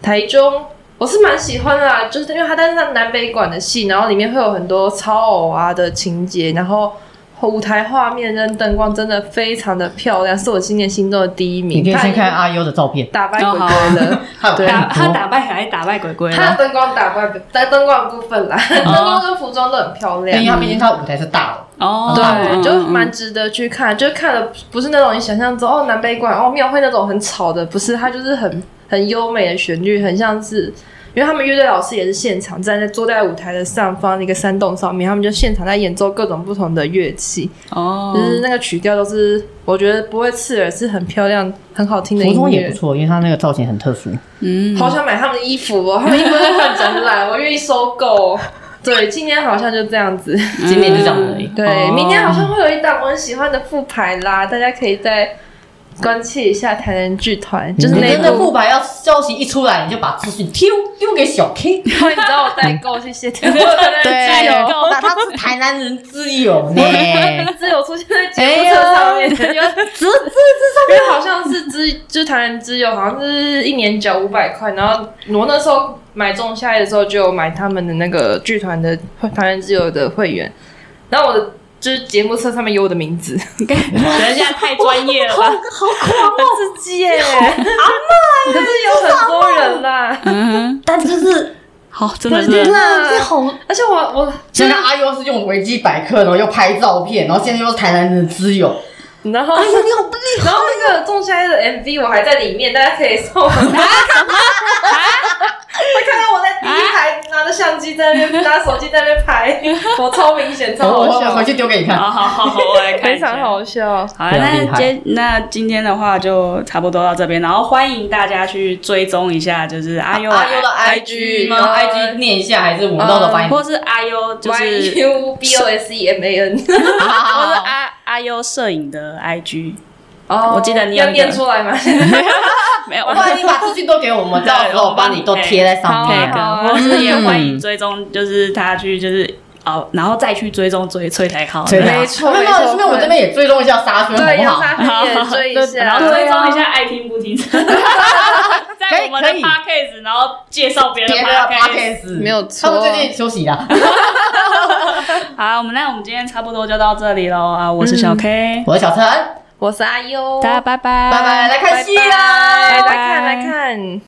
C: 台中，我是蛮喜欢的啦，就是因为它但是它南北馆的戏，然后里面会有很多超偶啊的情节，然呃后。舞台画面跟灯光真的非常的漂亮，是我今年心中的第一名。
B: 你可以先看啊
C: 它
B: 阿优的照片，
C: 打败鬼
B: (laughs)
C: 鬼了，
B: 还有
C: 对
A: 打他
B: 很多
A: 打败还打败鬼鬼
C: 它的
A: 了，
C: 灯光打败，但灯光的部分啦，灯光跟服装都很漂亮。
B: 因为他毕竟他舞台是大的，
A: 哦，
C: 对，
A: 嗯
C: 就蛮值得去看，就是看了不是那种你想象中哦南北馆哦庙会那种很吵的，不是，它就是很很优美的旋律，很像是。因为他们乐队老师也是现场站在坐在舞台的上方的一个山洞上面，他们就现场在演奏各种不同的乐器，
A: 哦
C: 就，是那个曲调都是我觉得不会刺耳，是很漂亮、很好听的
B: 服
C: 音
B: 装也
C: 乐
B: 不。错，因为他那个造型很特殊。
A: 嗯，
C: 好想买他们的衣服哦，他们衣服在办展览，我愿意收购。哦对，今年好像就这样子。
B: 今年就这样而已
A: 嗯
C: 对，
A: 哦
C: 明天好像会有一档我很喜欢的复牌啦，大家可以再关切一下台南剧团，就是
B: 嗯你
C: 那一
B: 真的
C: 部。
B: 副牌要消息一出来，你就把资讯丢丢给小 (laughs) K。
C: 因为你知道我代购，谢
B: (laughs)
C: 谢台南
B: 对
C: 自由，
B: 那他是台南人之友 (laughs) 呢，
C: 自由出现在节目册上
B: 哎
C: 面，因为
B: 之之
C: 因为好像是之就是台南之友，好像是一年缴五百块，然后我那时候买仲夏夜的时候就有买他们的那个剧团的台南之友的会员，然后我的就是节目册上面有我的名字，
B: 哦
C: (laughs)
A: 人家太专业了吧？
C: 很刺
B: (laughs)
C: 激耶！
B: 啊
C: (laughs) 可是有很多人啦。
A: 嗯，
B: 但就是
A: (laughs) 好，真的
C: 天
A: 是
C: 哪
B: 这好。
C: 而且我我
B: 现在阿优是用维基百科，然后又拍照片，然后现在又是台南人之友。
C: 然后
B: 哎呦，你好不厉
C: 然后那个仲夏夜的 MV 我还在里面，大家可以送我。会看到我在第一排拿着相机在那边拿手机在那边拍，我超明显，
B: 害！哦
C: 超
B: 我
C: 好
B: 我回
C: 笑，
B: 去丢给你看。
A: 好好好，好我来看一
C: 非
A: 下
C: 常。好笑。
A: 好，
B: 非常厉
A: 那
B: 害
A: 今那今天的话就差不多到这边，然后欢迎大家去追踪一下，就是阿优
B: 阿优的 IG 吗？IG 嗯念一下还是我们到时候把你？
A: 或是阿优就是
C: Y U B O S E M A N，
B: 好好
A: 或是
B: 好
A: 阿阿优摄影的 IG，
C: 哦
A: 我记得你有
C: 要
A: 一个
C: 念出来吗？
A: 没有，
B: 不然你把资讯都给我们，到时候我帮你都贴在上
A: 配
B: 面
C: 好。啊
A: 合，或是也欢迎追踪，就是他去就是哦，然后再去追踪追崔台考，
B: 真的
A: 对
B: 啊
C: 没错
B: 没有，没有顺便我这边也追踪一下沙宣，
C: 对，
B: 好
C: 要
B: 不好？
C: 大家也追一
A: 然
C: 下，
A: 后追踪一下爱听不听，在我们的
B: 可以可以
A: podcast，然后介绍别人
B: 别
A: 的
B: 的
A: podcast。
B: podcast
D: 没有错
B: 他们最近休息了。
A: 好，我们那我们今天差不多就到这里喽啊！我是小 K，
B: 我是小陈，
C: 我是阿优，
A: 大家拜拜，
B: 拜拜，来看戏
C: 拜
B: 啦。
A: 拜
C: 拜来
A: 拜
C: 看来看。